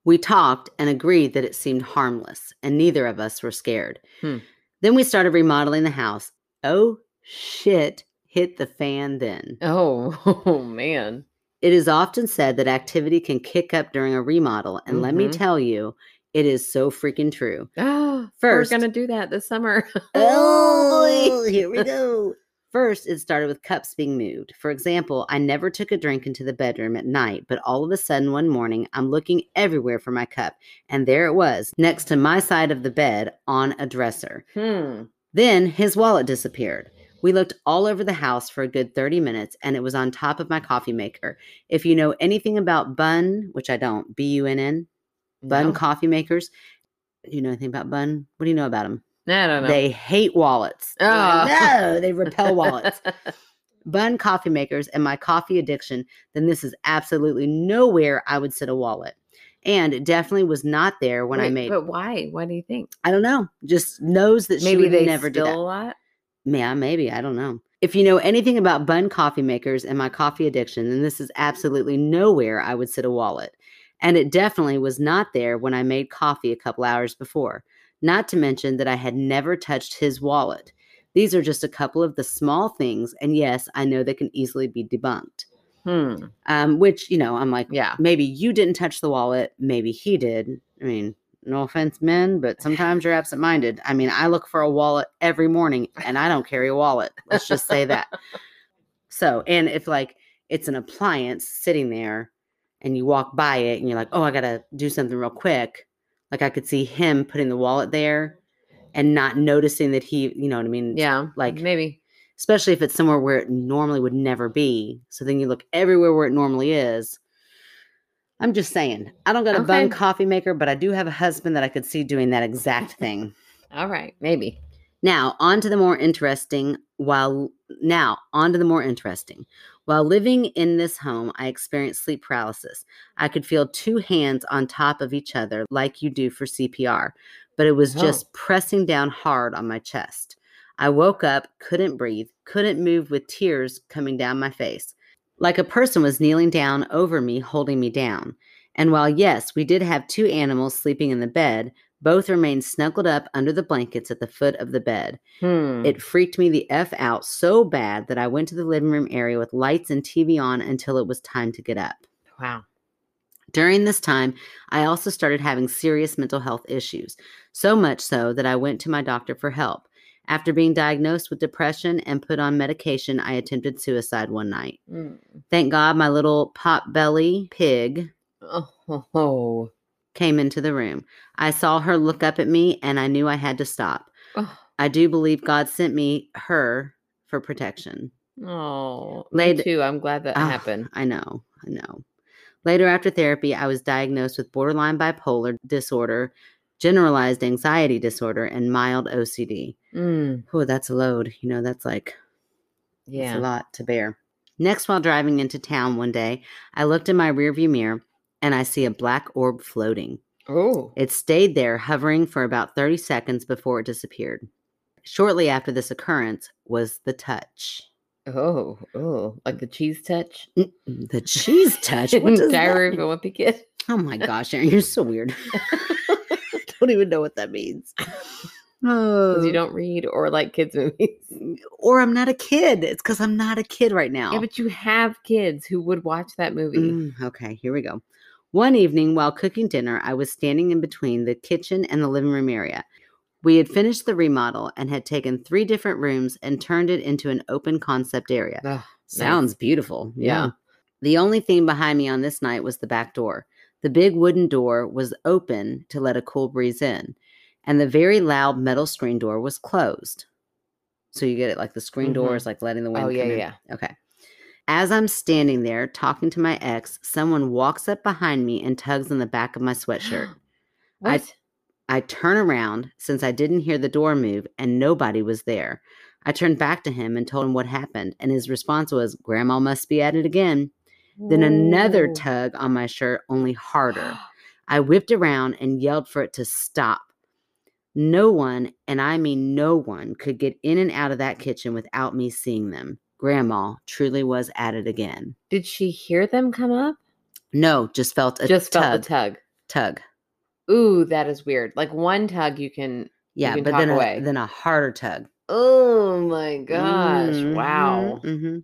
[SPEAKER 2] We talked and agreed that it seemed harmless, and neither of us were scared.
[SPEAKER 1] Hmm.
[SPEAKER 2] Then we started remodeling the house. Oh shit, hit the fan then.
[SPEAKER 1] Oh, oh man.
[SPEAKER 2] It is often said that activity can kick up during a remodel, and let me
[SPEAKER 1] Mhm.
[SPEAKER 2] tell you, it is so freaking true.
[SPEAKER 1] Oh, we we're
[SPEAKER 2] First-
[SPEAKER 1] gonna do that this summer.
[SPEAKER 2] Oh, here we go. First, it started with cups being moved. For example, I never took a drink into the bedroom at night, but all of a sudden one morning, I'm looking everywhere for my cup, and there it was, next to my side of the bed on a dresser.
[SPEAKER 1] Hmm.
[SPEAKER 2] Then his wallet disappeared. We looked all over the house for a good 30 minutes and it was on top of my coffee maker. If you know anything about Bun, which I don't, B U N N, Bun
[SPEAKER 1] No.
[SPEAKER 2] coffee makers, do you know anything about Bun? What do you know about them?
[SPEAKER 1] I don't know.
[SPEAKER 2] They hate wallets. They're like,
[SPEAKER 1] Oh.
[SPEAKER 2] No, they repel wallets. Bun coffee makers and my coffee addiction, then this is absolutely nowhere I would sit a wallet. And it definitely was not there when I
[SPEAKER 1] Wait,
[SPEAKER 2] made.
[SPEAKER 1] But why? Why do you think?
[SPEAKER 2] I don't know. Just knows that she
[SPEAKER 1] Maybe
[SPEAKER 2] would
[SPEAKER 1] they
[SPEAKER 2] never
[SPEAKER 1] still
[SPEAKER 2] do
[SPEAKER 1] a
[SPEAKER 2] that.
[SPEAKER 1] lot.
[SPEAKER 2] Yeah, maybe I don't know. If you know anything about Bun coffee makers and my coffee addiction, then this is absolutely nowhere I would sit a wallet. And it definitely was not there when I made coffee a couple hours before. Not to mention that I had never touched his wallet. These are just a couple of the small things, and yes, I know they can easily be debunked.
[SPEAKER 1] Hmm.
[SPEAKER 2] Um, which you know, I'm like,
[SPEAKER 1] Yeah.
[SPEAKER 2] maybe you didn't touch the wallet, maybe he did. I mean, no offense, men, but sometimes you're absent minded. I mean, I look for a wallet every morning and I don't carry a wallet. Let's just say that. So, and if like it's an appliance sitting there and you walk by it and you're like, oh, I got to do something real quick, like I could see him putting the wallet there and not noticing that he, you know what I mean?
[SPEAKER 1] Yeah.
[SPEAKER 2] Like,
[SPEAKER 1] maybe.
[SPEAKER 2] especially if it's somewhere where it normally would never be. So then you look everywhere where it normally is. I'm just saying, I don't got a bun
[SPEAKER 1] Okay.
[SPEAKER 2] coffee maker, but I do have a husband that I could see doing that exact thing.
[SPEAKER 1] All right. Maybe.
[SPEAKER 2] Now, on to the more interesting. While now, on to the more interesting. While living in this home, I experienced sleep paralysis. I could feel two hands on top of each other, like you do for CPR, but it was
[SPEAKER 1] Oh.
[SPEAKER 2] just pressing down hard on my chest. I woke up, couldn't breathe, couldn't move with tears coming down my face, like a person was kneeling down over me, holding me down. And while, yes, we did have two animals sleeping in the bed, both remained snuggled up under the blankets at the foot of the bed.
[SPEAKER 1] Hmm.
[SPEAKER 2] It freaked me the F out so bad that I went to the living room area with lights and TV on until it was time to get up.
[SPEAKER 1] wow.
[SPEAKER 2] During this time, I also started having serious mental health issues, so much so that I went to my doctor for help. After being diagnosed with depression and put on medication, I attempted suicide one night.
[SPEAKER 1] Hmm.
[SPEAKER 2] Thank God my little pot belly pig
[SPEAKER 1] Oh, ho, ho.
[SPEAKER 2] came into the room. I saw her look up at me and I knew I had to stop.
[SPEAKER 1] oh,
[SPEAKER 2] I do believe God sent me her for protection.
[SPEAKER 1] oh,
[SPEAKER 2] Laid-
[SPEAKER 1] me too. I'm glad that
[SPEAKER 2] Ah,
[SPEAKER 1] happened.
[SPEAKER 2] I know. I know. Later, after therapy, I was diagnosed with borderline bipolar disorder, generalized anxiety disorder, and mild OCD.
[SPEAKER 1] Mm,
[SPEAKER 2] Oh, that's a load. You know, that's like It's a
[SPEAKER 1] yeah.
[SPEAKER 2] lot to bear. Next, while driving into town one day, I looked in my rearview mirror and I see a black orb floating.
[SPEAKER 1] Oh,
[SPEAKER 2] It stayed there, hovering for about 30 seconds before it disappeared. Shortly after this occurrence was the touch.
[SPEAKER 1] oh, oh, like the cheese touch.
[SPEAKER 2] Mm, The cheese touch. What does that
[SPEAKER 1] Diary
[SPEAKER 2] mean?
[SPEAKER 1] of a Wimpy Kid.
[SPEAKER 2] Oh my gosh, Aaron, you're so weird. I don't even know what that means.
[SPEAKER 1] Because
[SPEAKER 2] Oh,
[SPEAKER 1] you don't read or like kids' movies.
[SPEAKER 2] or I'm not a kid. It's because I'm not a kid right now.
[SPEAKER 1] Yeah, but you have kids who would watch that movie.
[SPEAKER 2] Mm, okay, here we go. One evening while cooking dinner, I was standing in between the kitchen and the living room area. We had finished the remodel and had taken three different rooms and turned it into an open concept area.
[SPEAKER 1] Ugh,
[SPEAKER 2] Sounds beautiful.
[SPEAKER 1] Yeah.
[SPEAKER 2] The only thing behind me on this night was the back door. The big wooden door was open to let a cool breeze in, and the very loud metal screen door was closed. So you get it like the screen door
[SPEAKER 1] Mhm.
[SPEAKER 2] is like letting the wind
[SPEAKER 1] Oh, yeah,
[SPEAKER 2] come in.
[SPEAKER 1] yeah.
[SPEAKER 2] Okay. As I'm standing there talking to my ex, someone walks up behind me and tugs on the back of my sweatshirt. I-
[SPEAKER 1] What?
[SPEAKER 2] I turn around since I didn't hear the door move and nobody was there. I turned back to him and told him what happened, and his response was, Grandma must be at it again. Then another
[SPEAKER 1] Ooh.
[SPEAKER 2] tug on my shirt, only harder. I whipped around and yelled for it to stop. No one, and I mean no one, could get in and out of that kitchen without me seeing them. Grandma truly was at it again.
[SPEAKER 1] Did she hear them come up?
[SPEAKER 2] No, just felt a
[SPEAKER 1] Just
[SPEAKER 2] tug,
[SPEAKER 1] felt the tug.
[SPEAKER 2] tug.
[SPEAKER 1] Ooh, that is weird. Like one tug, you can.
[SPEAKER 2] Yeah,
[SPEAKER 1] can
[SPEAKER 2] but
[SPEAKER 1] talk
[SPEAKER 2] then
[SPEAKER 1] away.
[SPEAKER 2] a, then a harder tug.
[SPEAKER 1] Oh my gosh!
[SPEAKER 2] Mhm,
[SPEAKER 1] Wow.
[SPEAKER 2] mhm.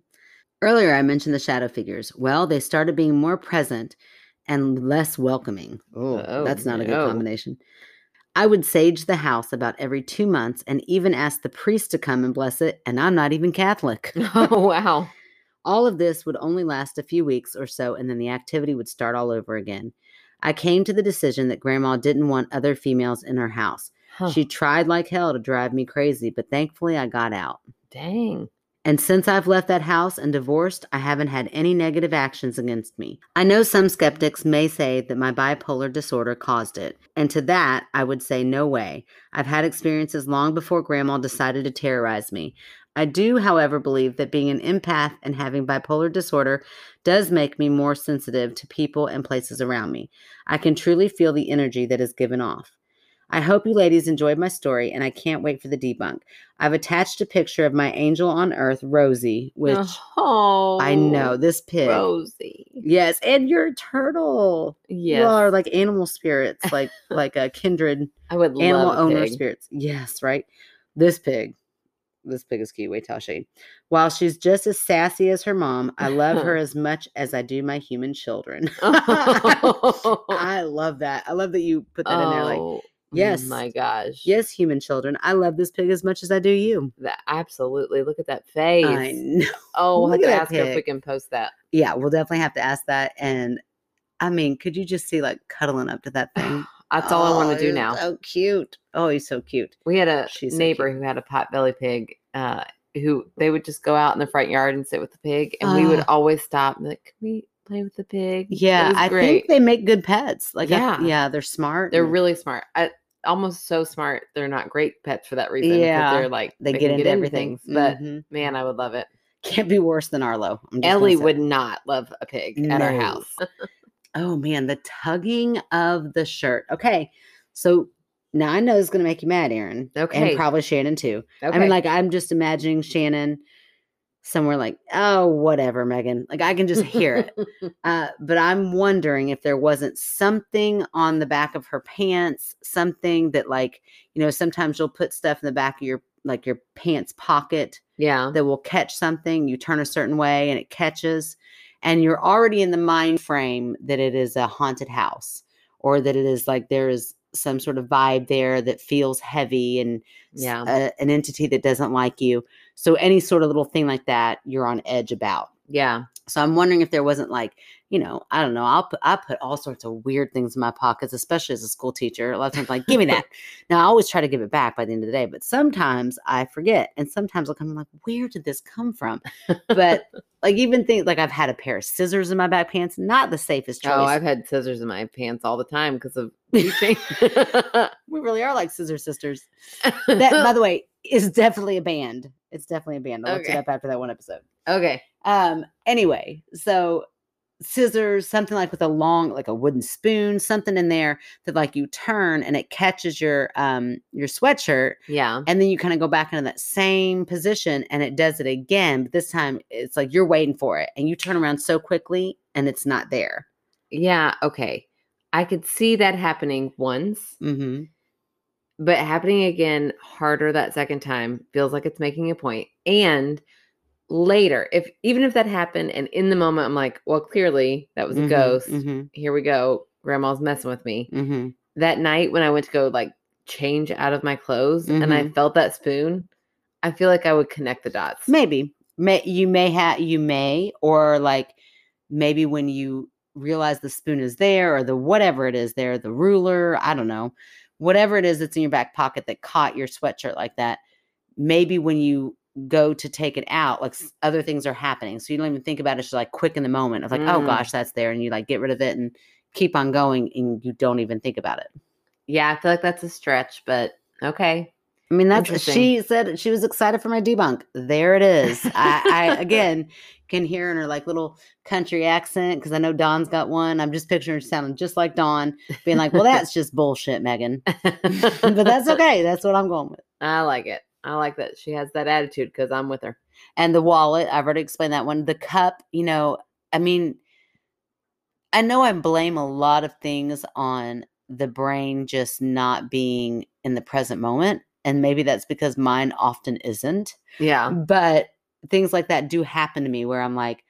[SPEAKER 2] Earlier, I mentioned the shadow figures. Well, they started being more present and less welcoming. Oh,
[SPEAKER 1] Oh,
[SPEAKER 2] that's not a
[SPEAKER 1] no.
[SPEAKER 2] good combination. I would sage the house about every two months and even ask the priest to come and bless it, and I'm not even Catholic.
[SPEAKER 1] Oh wow.
[SPEAKER 2] All of this would only last a few weeks or so, and then the activity would start all over again. I came to the decision that Grandma didn't want other females in her house.
[SPEAKER 1] Huh,
[SPEAKER 2] She tried like hell to drive me crazy, but thankfully I got out.
[SPEAKER 1] dang.
[SPEAKER 2] And since I've left that house and divorced, I haven't had any negative actions against me. I know some skeptics may say that my bipolar disorder caused it. And to that, I would say no way. I've had experiences long before grandma decided to terrorize me. I do, however, believe that being an empath and having bipolar disorder does make me more sensitive to people and places around me. I can truly feel the energy that is given off. I hope you ladies enjoyed my story, and I can't wait for the debunk. I've attached a picture of my angel on earth, Rosie, which
[SPEAKER 1] oh,
[SPEAKER 2] I know this pig.
[SPEAKER 1] Rosie.
[SPEAKER 2] Yes, and you're a turtle.
[SPEAKER 1] Yes.
[SPEAKER 2] You all are like animal spirits, like like a kindred
[SPEAKER 1] I would
[SPEAKER 2] animal
[SPEAKER 1] love a
[SPEAKER 2] owner
[SPEAKER 1] pig.
[SPEAKER 2] spirits. Yes, right. This pig. This pig is cute. Wait till I show you. While she's just as sassy as her mom, I love her as much as I do my human children. I love that. I love that you put that in there. Like,
[SPEAKER 1] Oh,
[SPEAKER 2] yes.
[SPEAKER 1] My gosh.
[SPEAKER 2] yes, human children, I love this pig as much as I do you.
[SPEAKER 1] That, absolutely. Look at that face.
[SPEAKER 2] I know.
[SPEAKER 1] Oh, we'll have
[SPEAKER 2] Look
[SPEAKER 1] to
[SPEAKER 2] at that
[SPEAKER 1] ask her if we
[SPEAKER 2] pig.
[SPEAKER 1] can post that.
[SPEAKER 2] Yeah, we'll definitely have to ask that. And I mean, could you just see like cuddling up to that thing?
[SPEAKER 1] That's all I want
[SPEAKER 2] Oh,
[SPEAKER 1] to do
[SPEAKER 2] he's
[SPEAKER 1] now.
[SPEAKER 2] So cute. Oh, he's so cute.
[SPEAKER 1] We had a
[SPEAKER 2] She's so
[SPEAKER 1] neighbor who had a potbelly pig uh, who they would just go out in the front yard and sit with the pig. And we would
[SPEAKER 2] Ah.
[SPEAKER 1] always stop and be like, can we play with the pig? It
[SPEAKER 2] Yeah,
[SPEAKER 1] was
[SPEAKER 2] I
[SPEAKER 1] great.
[SPEAKER 2] think they make good pets. Like, I-
[SPEAKER 1] Yeah.
[SPEAKER 2] yeah, they're smart.
[SPEAKER 1] They're
[SPEAKER 2] and
[SPEAKER 1] really smart. I, almost so smart. They're not great pets for that reason. 'cause
[SPEAKER 2] Yeah.
[SPEAKER 1] They're like,
[SPEAKER 2] They, get
[SPEAKER 1] can
[SPEAKER 2] into everything.
[SPEAKER 1] things, But
[SPEAKER 2] Mhm.
[SPEAKER 1] man, I would love it.
[SPEAKER 2] can't be worse than Arlo. I'm just gonna
[SPEAKER 1] Ellie
[SPEAKER 2] say.
[SPEAKER 1] would not love a pig at our
[SPEAKER 2] No.
[SPEAKER 1] house.
[SPEAKER 2] Oh man, the tugging of the shirt. Okay, so now I know it's gonna make you mad, Aaron.
[SPEAKER 1] Okay.
[SPEAKER 2] and probably Shannon too.
[SPEAKER 1] Okay.
[SPEAKER 2] I mean, like I'm just imagining Shannon somewhere like, oh, whatever, Megan. Like I can just hear it. Uh, but I'm wondering if there wasn't something on the back of her pants, something that like, you know, sometimes you'll put stuff in the back of your like your pants pocket
[SPEAKER 1] yeah.
[SPEAKER 2] that will catch something. You turn a certain way and it catches, and you're already in the mind frame that it is a haunted house or that it is like there is some sort of vibe there that feels heavy and s-
[SPEAKER 1] Yeah.
[SPEAKER 2] a- an entity that doesn't like you. So any sort of little thing like that, you're on edge about.
[SPEAKER 1] Yeah.
[SPEAKER 2] So I'm wondering if there wasn't like, you know, I don't know. I'll put, I put all sorts of weird things in my pockets, especially as a school teacher. A lot of times, like, give me that. Now I always try to give it back by the end of the day, but sometimes I forget, and sometimes I'll come like, where did this come from? But like even things like I've had a pair of scissors in my back pants, not the safest choice.
[SPEAKER 1] Oh, I've had scissors in my pants all the time because of teaching. that,
[SPEAKER 2] we really are like scissor sisters. That, by the way, is definitely a band. It's definitely a band. I looked
[SPEAKER 1] Okay.
[SPEAKER 2] it up after that one episode.
[SPEAKER 1] okay.
[SPEAKER 2] Um, anyway, so scissors, something like with a long, like a wooden spoon, something in there that like you turn and it catches your um your sweatshirt,
[SPEAKER 1] Yeah.
[SPEAKER 2] and then you kind of go back into that same position and it does it again, but this time it's like you're waiting for it and you turn around so quickly and it's not there.
[SPEAKER 1] Yeah. Okay. I could see that happening once,
[SPEAKER 2] Mm-hmm.
[SPEAKER 1] but happening again harder that second time feels like it's making a point. And later, if even if that happened and in the moment I'm like, well, clearly that was a ghost.
[SPEAKER 2] Mm-hmm.
[SPEAKER 1] Here we go. Grandma's messing with me.
[SPEAKER 2] Mm-hmm.
[SPEAKER 1] that night when I went to go like change out of my clothes and I
[SPEAKER 2] Mm-hmm.
[SPEAKER 1] felt that spoon, I feel like I would connect the dots.
[SPEAKER 2] Maybe. May you may have you may or like maybe when you realize the spoon is there or the whatever it is there, the ruler, I don't know. Whatever it is that's in your back pocket that caught your sweatshirt like that, maybe when you go to take it out, like s- other things are happening. So you don't even think about it. It's just like quick in the moment of like, oh
[SPEAKER 1] Mm.
[SPEAKER 2] gosh, that's there. And you like get rid of it and keep on going and you don't even think about it.
[SPEAKER 1] Yeah, I feel like that's a stretch, but okay.
[SPEAKER 2] I mean, that's
[SPEAKER 1] Interesting.
[SPEAKER 2] she said she was excited for my debunk. There it is. I, I again can hear in her like little country accent because I know Dawn's got one. I'm just picturing her sounding just like Dawn, being like, "Well, that's just bullshit, Megan." but that's okay. That's what I'm going with.
[SPEAKER 1] I like it. I like that she has that attitude because I'm with her.
[SPEAKER 2] And the wallet, I've already explained that one. The cup, you know, I mean, I know I blame a lot of things on the brain just not being in the present moment. And maybe that's because mine often isn't.
[SPEAKER 1] Yeah.
[SPEAKER 2] But things like that do happen to me where I'm like,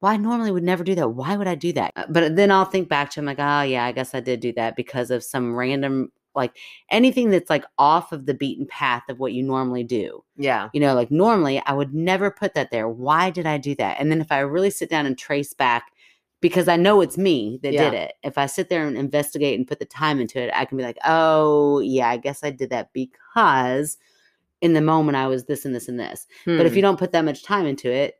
[SPEAKER 2] well, I normally would never do that. Why would I do that? Uh, But then I'll think back to I'm like, oh yeah, I guess I did do that because of some random like anything that's like off of the beaten path of what you normally do.
[SPEAKER 1] Yeah.
[SPEAKER 2] You know, like normally I would never put that there. Why did I do that? And then if I really sit down and trace back, because I know it's me that did it, if I sit there and investigate and put the time into it, I can be like, oh, yeah, I guess I did that because in the moment I was this and this and this. But
[SPEAKER 1] Hmm.
[SPEAKER 2] if you don't put that much time into it,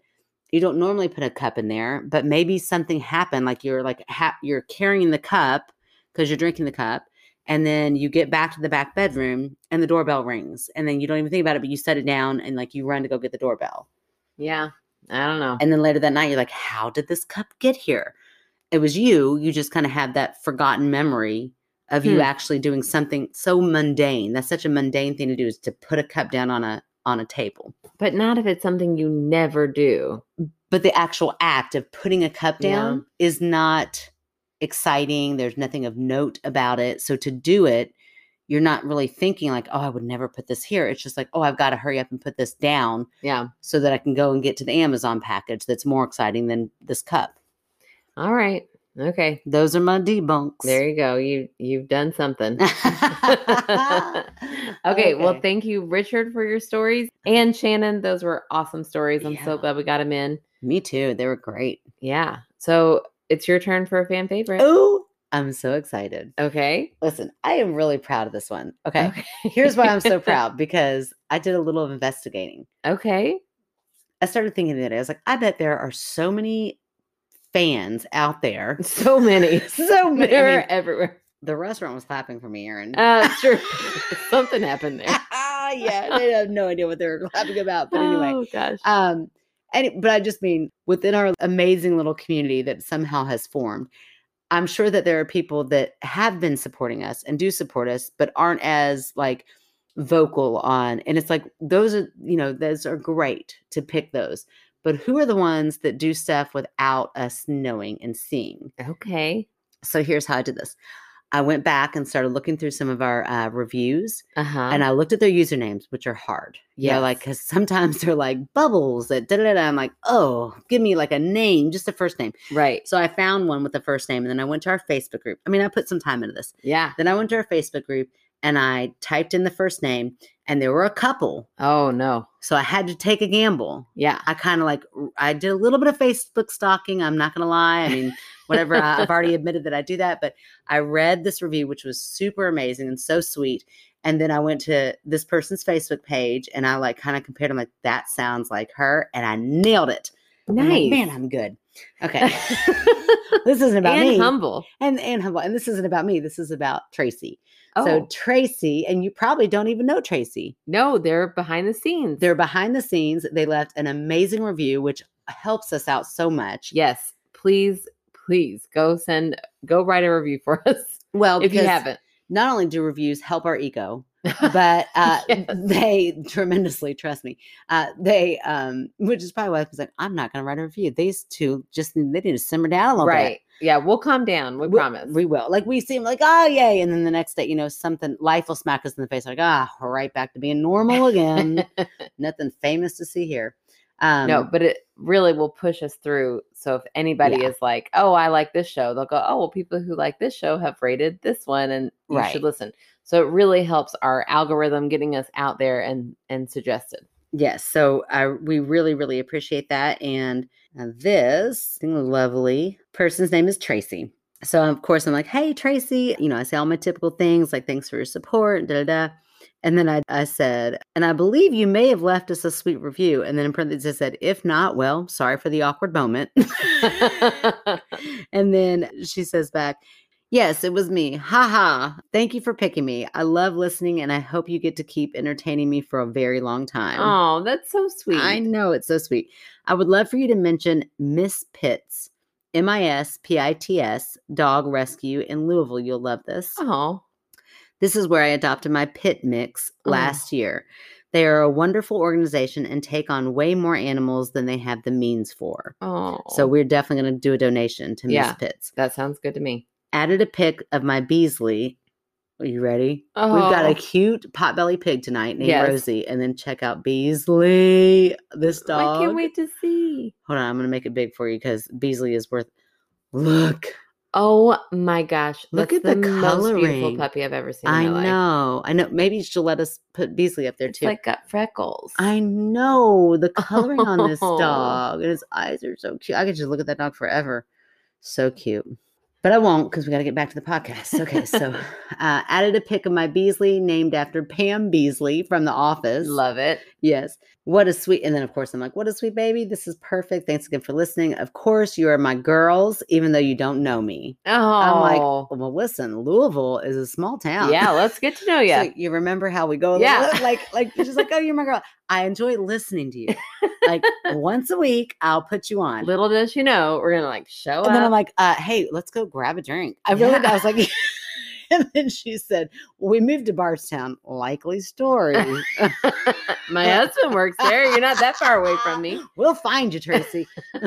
[SPEAKER 2] you don't normally put a cup in there, but maybe something happened, like you're like ha- you're carrying the cup because you're drinking the cup, and then you get back to the back bedroom and the doorbell rings, and then you don't even think about it, but you set it down and like you run to go get the doorbell,
[SPEAKER 1] yeah, I don't know.
[SPEAKER 2] and then later that night you're like, how did this cup get here? It was you. You just kind of had that forgotten memory of you
[SPEAKER 1] Hmm.
[SPEAKER 2] actually doing something so mundane. That's such a mundane thing to do is to put a cup down on a on a table.
[SPEAKER 1] but not if it's something you never do.
[SPEAKER 2] but the actual act of putting a cup
[SPEAKER 1] Yeah.
[SPEAKER 2] down is not exciting there's nothing of note about it so to do it you're not really thinking like oh i would never put this here it's just like oh i've got to hurry up and put this down
[SPEAKER 1] Yeah.
[SPEAKER 2] so that i can go and get to the amazon package that's more exciting than this cup
[SPEAKER 1] All right. Okay.
[SPEAKER 2] those are my debunks
[SPEAKER 1] There you go. You you've done something.
[SPEAKER 2] okay,
[SPEAKER 1] okay, well, thank you, Richard, for your stories. And Shannon, those were awesome stories. I'm so
[SPEAKER 2] Yeah.
[SPEAKER 1] glad we got them in.
[SPEAKER 2] me too they were great
[SPEAKER 1] Yeah. So it's your turn for a fan favorite.
[SPEAKER 2] oh i'm so excited
[SPEAKER 1] Okay.
[SPEAKER 2] listen i am really proud of this one okay
[SPEAKER 1] Okay.
[SPEAKER 2] here's why i'm so proud because i did a little investigating
[SPEAKER 1] okay.
[SPEAKER 2] I started thinking that I was like, I bet there are so many fans out there.
[SPEAKER 1] So many.
[SPEAKER 2] So many. I
[SPEAKER 1] They're
[SPEAKER 2] mean, Oh,
[SPEAKER 1] everywhere.
[SPEAKER 2] the restaurant was clapping for me, Erin.
[SPEAKER 1] Uh, sure. Something happened there.
[SPEAKER 2] yeah, they have no idea what they were clapping about. But anyway,
[SPEAKER 1] Oh gosh.
[SPEAKER 2] um, and but I just mean within our amazing little community that somehow has formed, I'm sure that there are people that have been supporting us and do support us, but aren't as like vocal on. And it's like those are you know those are great to pick those, but who are the ones that do stuff without us knowing and seeing?
[SPEAKER 1] Okay.
[SPEAKER 2] So here's how I did this. I went back and started looking through some of our uh, reviews,
[SPEAKER 1] Uh huh.
[SPEAKER 2] and I looked at their usernames, which are hard. Yeah, like
[SPEAKER 1] Yes.
[SPEAKER 2] because sometimes they're like bubbles that da da da. I'm like, oh, give me like a name, just a first name.
[SPEAKER 1] right.
[SPEAKER 2] So I found one with a first name, and then I went to our Facebook group. I mean, I put some time into this.
[SPEAKER 1] Yeah.
[SPEAKER 2] Then I went to our Facebook group and I typed in the first name, and there were a couple.
[SPEAKER 1] Oh no.
[SPEAKER 2] So I had to take a gamble.
[SPEAKER 1] Yeah.
[SPEAKER 2] I kind of like r- I did a little bit of Facebook stalking. I'm not gonna lie. I mean, whatever. I, I've already admitted that I do that, but I read this review, which was super amazing and so sweet. And then I went to this person's Facebook page, and I like kind of compared. I'm like, that sounds like her, and I nailed it. I'm like,
[SPEAKER 1] Nice.
[SPEAKER 2] man, I'm good. Okay, this isn't about
[SPEAKER 1] and
[SPEAKER 2] me.
[SPEAKER 1] humble.
[SPEAKER 2] and and humble. And this isn't about me. This is about Tracy.
[SPEAKER 1] Oh
[SPEAKER 2] So Tracy, and you probably don't even know Tracy.
[SPEAKER 1] no, they're behind the scenes.
[SPEAKER 2] They're behind the scenes. They left an amazing review, which helps us out so much.
[SPEAKER 1] yes. Please, please go send go write a review for us
[SPEAKER 2] Well,
[SPEAKER 1] if you
[SPEAKER 2] because
[SPEAKER 1] haven't.
[SPEAKER 2] not only do reviews help our ego, but uh,
[SPEAKER 1] Yes.
[SPEAKER 2] they tremendously trust me. Uh, they, um, which is probably why I was like, I'm not going to write a review. These two just need- they need to simmer down a little bit.
[SPEAKER 1] Right. Yeah, we'll calm down. We,
[SPEAKER 2] We-
[SPEAKER 1] promise.
[SPEAKER 2] We will. Like we seem like, oh yay, and then the next day, you know, something life will smack us in the face. Like ah, right back to being normal again. Nothing famous to see here. Um,
[SPEAKER 1] no, but it really will push us through. So if anybody
[SPEAKER 2] Yeah.
[SPEAKER 1] is like, "Oh, I like this show," they'll go, "Oh, well, people who like this show have rated this one, and you
[SPEAKER 2] Right.
[SPEAKER 1] should listen." So it really helps our algorithm getting us out there and and suggested.
[SPEAKER 2] Yes, so I we really really appreciate that. And uh, this lovely person's name is Tracy. So of course I'm like, hey Tracy, you know I say all my typical things like thanks for your support, da da da. And then I I said, and I believe you may have left us a sweet review. And then in parentheses I said, if not, well, sorry for the awkward moment. and then she says back. Yes, it was me. Ha ha. Thank you for picking me. I love listening and I hope you get to keep entertaining me for a very long time.
[SPEAKER 1] Oh, that's so sweet.
[SPEAKER 2] I know it's so sweet. I would love for you to mention Miss Pitts, M I S P I T S, dog rescue in Louisville. You'll love this.
[SPEAKER 1] Oh,
[SPEAKER 2] This is where I adopted my pit mix
[SPEAKER 1] Oh.
[SPEAKER 2] last year. They are a wonderful organization and take on way more animals than they have the means for.
[SPEAKER 1] oh.
[SPEAKER 2] So we're definitely going to do a donation to
[SPEAKER 1] Yeah.
[SPEAKER 2] Miss Pitts.
[SPEAKER 1] that sounds good to me.
[SPEAKER 2] Added a pic of my Beasley. Are you ready?
[SPEAKER 1] Oh,
[SPEAKER 2] We've got a cute potbelly pig tonight named
[SPEAKER 1] Yes.
[SPEAKER 2] Rosie. And then check out Beasley, this dog.
[SPEAKER 1] I can't wait to see.
[SPEAKER 2] Hold on, I'm going to make it big for you because Beasley is worth. Look,
[SPEAKER 1] Oh my gosh!
[SPEAKER 2] Look
[SPEAKER 1] that's
[SPEAKER 2] at the
[SPEAKER 1] most beautiful
[SPEAKER 2] coloring.
[SPEAKER 1] puppy I've ever seen.
[SPEAKER 2] I
[SPEAKER 1] in my life.
[SPEAKER 2] know. I know. Maybe she'll let us put Beasley up there
[SPEAKER 1] It's
[SPEAKER 2] too.
[SPEAKER 1] like got freckles.
[SPEAKER 2] I know the coloring on this
[SPEAKER 1] Oh.
[SPEAKER 2] dog, and his eyes are so cute. I could just look at that dog forever. So cute. But I won't because we got to get back to the podcast. Okay, so uh, added a pic of my Beasley named after Pam Beasley from The Office.
[SPEAKER 1] love it.
[SPEAKER 2] Yes. What a sweet. And then, of course, I'm like, what a sweet baby. This is perfect. Thanks again for listening. Of course, you are my girls, even though you don't know me.
[SPEAKER 1] Oh,
[SPEAKER 2] I'm like, well, listen, Louisville is a small town.
[SPEAKER 1] yeah. Let's get to know
[SPEAKER 2] So
[SPEAKER 1] you.
[SPEAKER 2] you remember how we go?
[SPEAKER 1] Yeah.
[SPEAKER 2] Yeah. Like, like she's like, oh, you're my girl. I enjoy listening to you. Like once a week, I'll put you on.
[SPEAKER 1] Little does she know, we're gonna like show
[SPEAKER 2] and
[SPEAKER 1] up.
[SPEAKER 2] then I'm like, uh, hey, let's go grab a drink. I really,
[SPEAKER 1] Yeah.
[SPEAKER 2] I was like, and then she said, we moved to Bardstown. Likely story.
[SPEAKER 1] my husband works there. You're not that far away from me.
[SPEAKER 2] we'll find you, Tracy.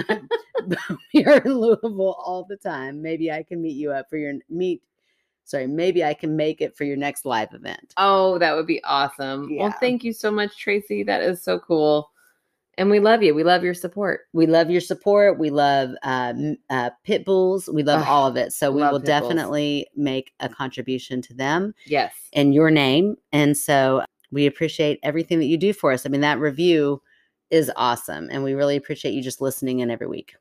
[SPEAKER 2] But we are in Louisville all the time. Maybe I can meet you up for your meet. Sorry, maybe I can make it for your next live event.
[SPEAKER 1] Oh, that would be awesome. Well,
[SPEAKER 2] Yeah.
[SPEAKER 1] thank you so much, Tracy. That is so cool. And we love you. We love your support.
[SPEAKER 2] we love your support. We love uh, m- uh, pit bulls. We love
[SPEAKER 1] Ugh,
[SPEAKER 2] all of it. So we
[SPEAKER 1] love
[SPEAKER 2] will
[SPEAKER 1] pit bulls.
[SPEAKER 2] definitely make a contribution to them
[SPEAKER 1] Yes.
[SPEAKER 2] in your name. And so we appreciate everything that you do for us. I mean, that review is awesome. And we really appreciate you just listening in every week.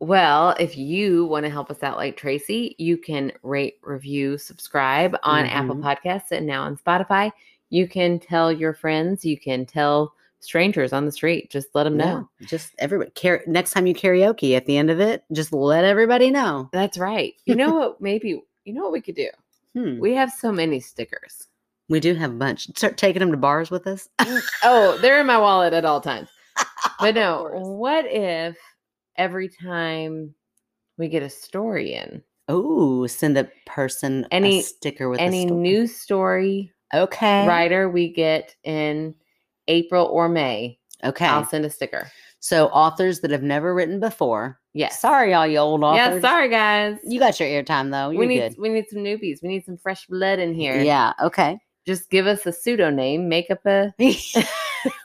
[SPEAKER 1] Well, if you want to help us out like Tracy, you can rate, review, subscribe on Apple
[SPEAKER 2] Mhm.
[SPEAKER 1] Podcasts and now on Spotify. You can tell your friends, you can tell strangers on the street, just let them know.
[SPEAKER 2] Yeah, just everybody. Car- next time you karaoke at the end of it, just let everybody know.
[SPEAKER 1] That's right. You know what? Maybe, you know what we could do?
[SPEAKER 2] Hmm.
[SPEAKER 1] We have so many stickers.
[SPEAKER 2] We do have a bunch. Start taking them to bars with us.
[SPEAKER 1] Oh, they're in my wallet at all times. But no,
[SPEAKER 2] course.
[SPEAKER 1] what if every time we get a story in,
[SPEAKER 2] Oh, send the person
[SPEAKER 1] Any-
[SPEAKER 2] a sticker with a
[SPEAKER 1] any
[SPEAKER 2] story.
[SPEAKER 1] news story
[SPEAKER 2] Okay.
[SPEAKER 1] writer we get in April or May,
[SPEAKER 2] Okay.
[SPEAKER 1] I'll send a sticker.
[SPEAKER 2] So authors that have never written before.
[SPEAKER 1] Yes.
[SPEAKER 2] Sorry, all you old authors.
[SPEAKER 1] Yeah, sorry guys.
[SPEAKER 2] You got your airtime though. You're
[SPEAKER 1] we need
[SPEAKER 2] good.
[SPEAKER 1] we need some newbies. We need some fresh blood in here.
[SPEAKER 2] Yeah. Okay.
[SPEAKER 1] Just give us a pseudonym, make up a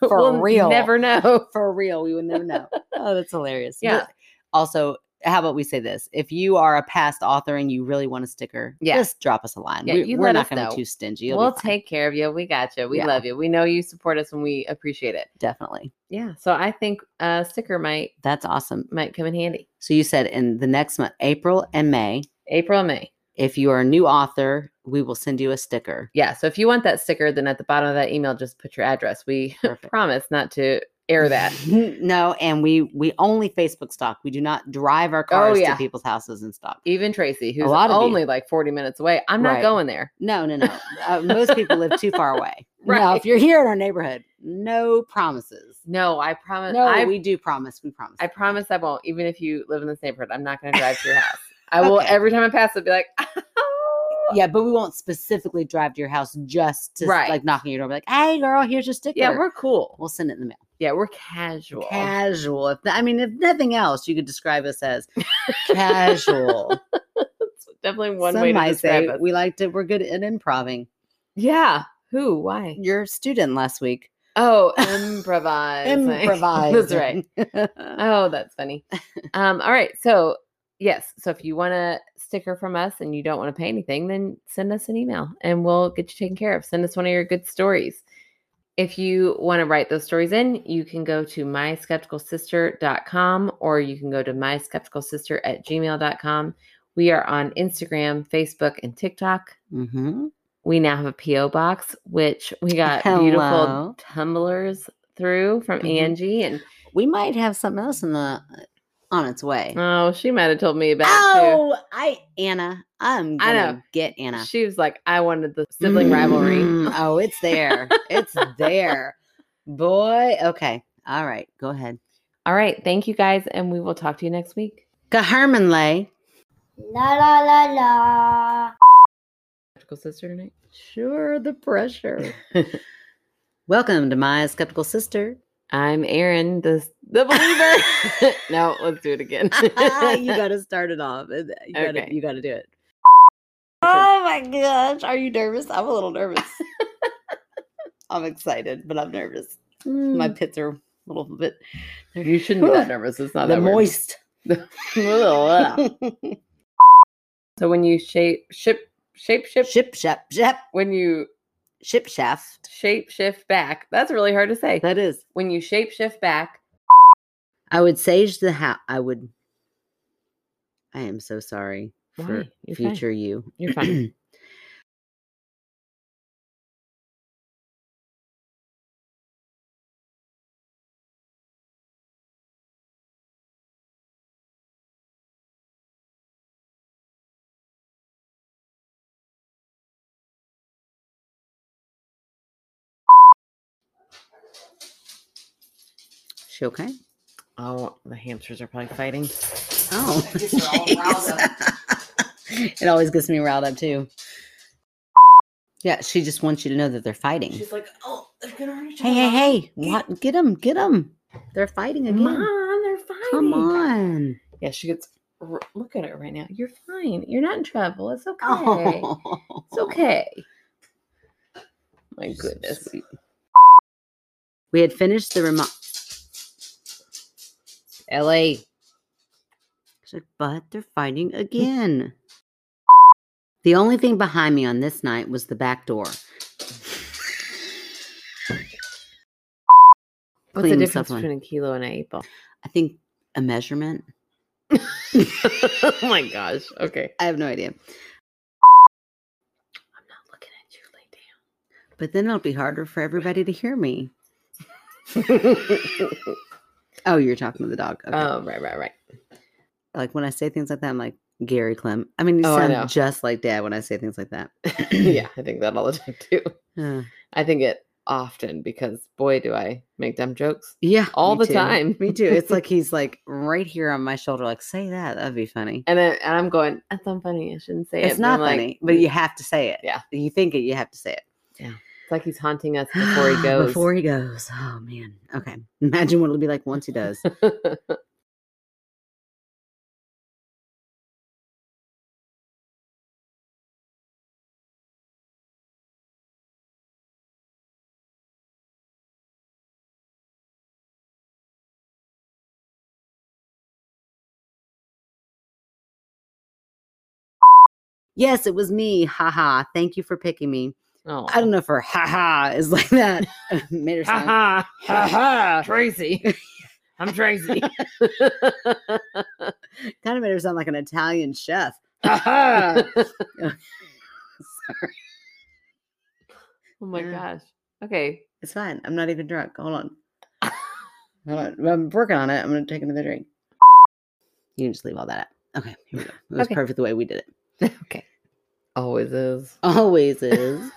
[SPEAKER 2] For
[SPEAKER 1] we'll
[SPEAKER 2] real.
[SPEAKER 1] Never know.
[SPEAKER 2] For real, we would never know. oh, that's hilarious.
[SPEAKER 1] Yeah.
[SPEAKER 2] But also, how about we say this? If you are a past author and you really want a sticker,
[SPEAKER 1] Yeah.
[SPEAKER 2] just drop us a line.
[SPEAKER 1] Yeah,
[SPEAKER 2] we,
[SPEAKER 1] you
[SPEAKER 2] are
[SPEAKER 1] let
[SPEAKER 2] not
[SPEAKER 1] us
[SPEAKER 2] going to
[SPEAKER 1] know.
[SPEAKER 2] be too stingy. It'll be
[SPEAKER 1] we'll
[SPEAKER 2] fine.
[SPEAKER 1] take care of you. We got you. We
[SPEAKER 2] Yeah.
[SPEAKER 1] love you. We know you support us and we appreciate it.
[SPEAKER 2] definitely.
[SPEAKER 1] Yeah. So I think a sticker might
[SPEAKER 2] That's awesome.
[SPEAKER 1] might come in handy.
[SPEAKER 2] So you said in the next month, April and May,
[SPEAKER 1] April, May.
[SPEAKER 2] if you are a new author, we will send you a sticker.
[SPEAKER 1] Yeah. So if you want that sticker, then at the bottom of that email, just put your address. We
[SPEAKER 2] Perfect.
[SPEAKER 1] promise not to air that.
[SPEAKER 2] no, and we we only Facebook stock. We do not drive our cars
[SPEAKER 1] Oh, yeah.
[SPEAKER 2] to people's houses and stock.
[SPEAKER 1] Even Tracy, who's
[SPEAKER 2] lot of you.
[SPEAKER 1] only like 40 minutes away, I'm not
[SPEAKER 2] Right.
[SPEAKER 1] going there.
[SPEAKER 2] No, no, no. Uh, most people live too far away. Now,
[SPEAKER 1] Right.
[SPEAKER 2] if you're here in our neighborhood, no promises.
[SPEAKER 1] No, I promise.
[SPEAKER 2] No,
[SPEAKER 1] Uh, I,
[SPEAKER 2] we do promise. We promise.
[SPEAKER 1] I promise I won't. Even if you live in this neighborhood, I'm not going to drive to your house. I will,
[SPEAKER 2] Okay.
[SPEAKER 1] every time I pass, I'll be like,
[SPEAKER 2] Yeah, but we won't specifically drive to your house just to
[SPEAKER 1] Right.
[SPEAKER 2] like knocking your door, be like, "Hey, girl, here's your sticker."
[SPEAKER 1] yeah, we're cool.
[SPEAKER 2] we'll send it in the mail.
[SPEAKER 1] Yeah, we're casual.
[SPEAKER 2] Casual. If I mean, if nothing else, you could describe us as casual.
[SPEAKER 1] That's definitely one
[SPEAKER 2] Some
[SPEAKER 1] way to
[SPEAKER 2] might
[SPEAKER 1] describe
[SPEAKER 2] say
[SPEAKER 1] us.
[SPEAKER 2] we like to. We're good at improving.
[SPEAKER 1] yeah. Who? Why?
[SPEAKER 2] Your student last week
[SPEAKER 1] Oh, improvise.
[SPEAKER 2] improvised.
[SPEAKER 1] that's right. Oh, that's funny. Um, all right. So, yes. So, if you want a sticker from us and you don't want to pay anything, then send us an email and we'll get you taken care of. Send us one of your good stories. If you want to write those stories in, you can go to myskepticalsister.com or you can go to myskepticalsister at gmail.com. We are on Instagram, Facebook, and TikTok. Mm-hmm.
[SPEAKER 2] hmm
[SPEAKER 1] We now have a P.O. box, which we got
[SPEAKER 2] Hello.
[SPEAKER 1] beautiful tumblers through from
[SPEAKER 2] Mhm.
[SPEAKER 1] Angie and
[SPEAKER 2] We might have something else in the uh, on its way.
[SPEAKER 1] Oh, she might have told me about it
[SPEAKER 2] oh, I Anna, I'm
[SPEAKER 1] I
[SPEAKER 2] gonna
[SPEAKER 1] know.
[SPEAKER 2] get
[SPEAKER 1] too.
[SPEAKER 2] Anna.
[SPEAKER 1] She was like, I wanted the sibling rivalry.
[SPEAKER 2] Mm, oh, it's there. it's there. Boy, okay. All right, go ahead.
[SPEAKER 1] All right. Thank you guys. And we will talk to you next week.
[SPEAKER 2] Hermanley.
[SPEAKER 3] La la la la.
[SPEAKER 1] Skeptical sister tonight.
[SPEAKER 2] Sure, the pressure. Welcome to my skeptical sister.
[SPEAKER 1] I'm Aaron, the, the believer. no, let's do it again.
[SPEAKER 2] you gotta start it off. You gotta,
[SPEAKER 1] Okay.
[SPEAKER 2] you gotta do it.
[SPEAKER 3] Oh my gosh, are you nervous? I'm a little nervous. I'm excited, but I'm nervous.
[SPEAKER 2] Hmm.
[SPEAKER 3] My pits are a little bit
[SPEAKER 1] you shouldn't be that nervous. It's not that weird. so when you shape ship shape shift
[SPEAKER 2] Ship shep shep
[SPEAKER 1] when you
[SPEAKER 2] ship shaft.
[SPEAKER 1] shape shift back, that's really hard to say.
[SPEAKER 2] That is.
[SPEAKER 1] When you shape shift back,
[SPEAKER 2] I would sage the house. I would. I am so sorry for
[SPEAKER 1] Why? You're fine.
[SPEAKER 2] future you.
[SPEAKER 1] you're fine.
[SPEAKER 2] She okay?
[SPEAKER 1] Oh, the hamsters are probably fighting.
[SPEAKER 2] Oh. it always gets me riled up too. Yeah, she just wants you to know that they're fighting. She's like, oh, they're gonna Hey, hey, hey! What? Get them! Get them! They're fighting again.
[SPEAKER 1] Mom, they're fighting.
[SPEAKER 2] Come on!
[SPEAKER 1] Yeah, she gets. r- Look at her right now. You're fine. You're not in trouble. It's okay.
[SPEAKER 2] Oh,
[SPEAKER 1] It's okay. My
[SPEAKER 2] So
[SPEAKER 1] goodness.
[SPEAKER 2] sweet. We had finished the remote. Ellie. She's like, but they're fighting again. the only thing behind me on this night was the back door.
[SPEAKER 1] What's the
[SPEAKER 2] Clean
[SPEAKER 1] difference
[SPEAKER 2] someone.
[SPEAKER 1] between a kilo and an eight ball?
[SPEAKER 2] I think a measurement.
[SPEAKER 1] oh my gosh. Okay.
[SPEAKER 2] I have no idea.
[SPEAKER 1] I'm not looking at you, lay down.
[SPEAKER 2] But then it'll be harder for everybody to hear me. Oh, you're talking to the dog. Okay.
[SPEAKER 1] Oh, right, right, right.
[SPEAKER 2] like when I say things like that, I'm like Gary Clem. I mean, you
[SPEAKER 1] Oh, I know.
[SPEAKER 2] sound just like Dad when I say things like that.
[SPEAKER 1] yeah, I think that all the time too.
[SPEAKER 2] Uh,
[SPEAKER 1] I think it often because boy, do I make dumb jokes.
[SPEAKER 2] yeah,
[SPEAKER 1] All
[SPEAKER 2] me
[SPEAKER 1] the
[SPEAKER 2] too.
[SPEAKER 1] time.
[SPEAKER 2] Me too. It's like he's like right here on my shoulder. Like, say that. That'd be funny.
[SPEAKER 1] And, then, and I'm going, that's not funny. I shouldn't say it.
[SPEAKER 2] It's
[SPEAKER 1] but I'm
[SPEAKER 2] not
[SPEAKER 1] like,
[SPEAKER 2] funny, but you have to say it.
[SPEAKER 1] Yeah.
[SPEAKER 2] you think it, you have to say it
[SPEAKER 1] It's like he's haunting us before he goes.
[SPEAKER 2] before he goes. Oh man. Okay. Imagine what it'll be like once he does. Yes, it was me. Ha ha. Thank you for picking me.
[SPEAKER 1] oh,
[SPEAKER 2] I don't know if her ha ha is like that. Made her sound.
[SPEAKER 1] Ha
[SPEAKER 2] Ha ha.
[SPEAKER 1] Tracy. I'm Tracy.
[SPEAKER 2] Kind of made her sound like an Italian chef.
[SPEAKER 1] oh
[SPEAKER 2] Sorry.
[SPEAKER 1] Oh my
[SPEAKER 2] Yeah.
[SPEAKER 1] gosh. Okay.
[SPEAKER 2] It's fine. I'm not even drunk. Hold on. Hold on. I'm working on it. I'm going to take another drink. You can just leave all that out. Okay. Here we go. It was
[SPEAKER 1] Okay.
[SPEAKER 2] perfect the way we did it.
[SPEAKER 1] Okay. Always is.
[SPEAKER 2] Always is.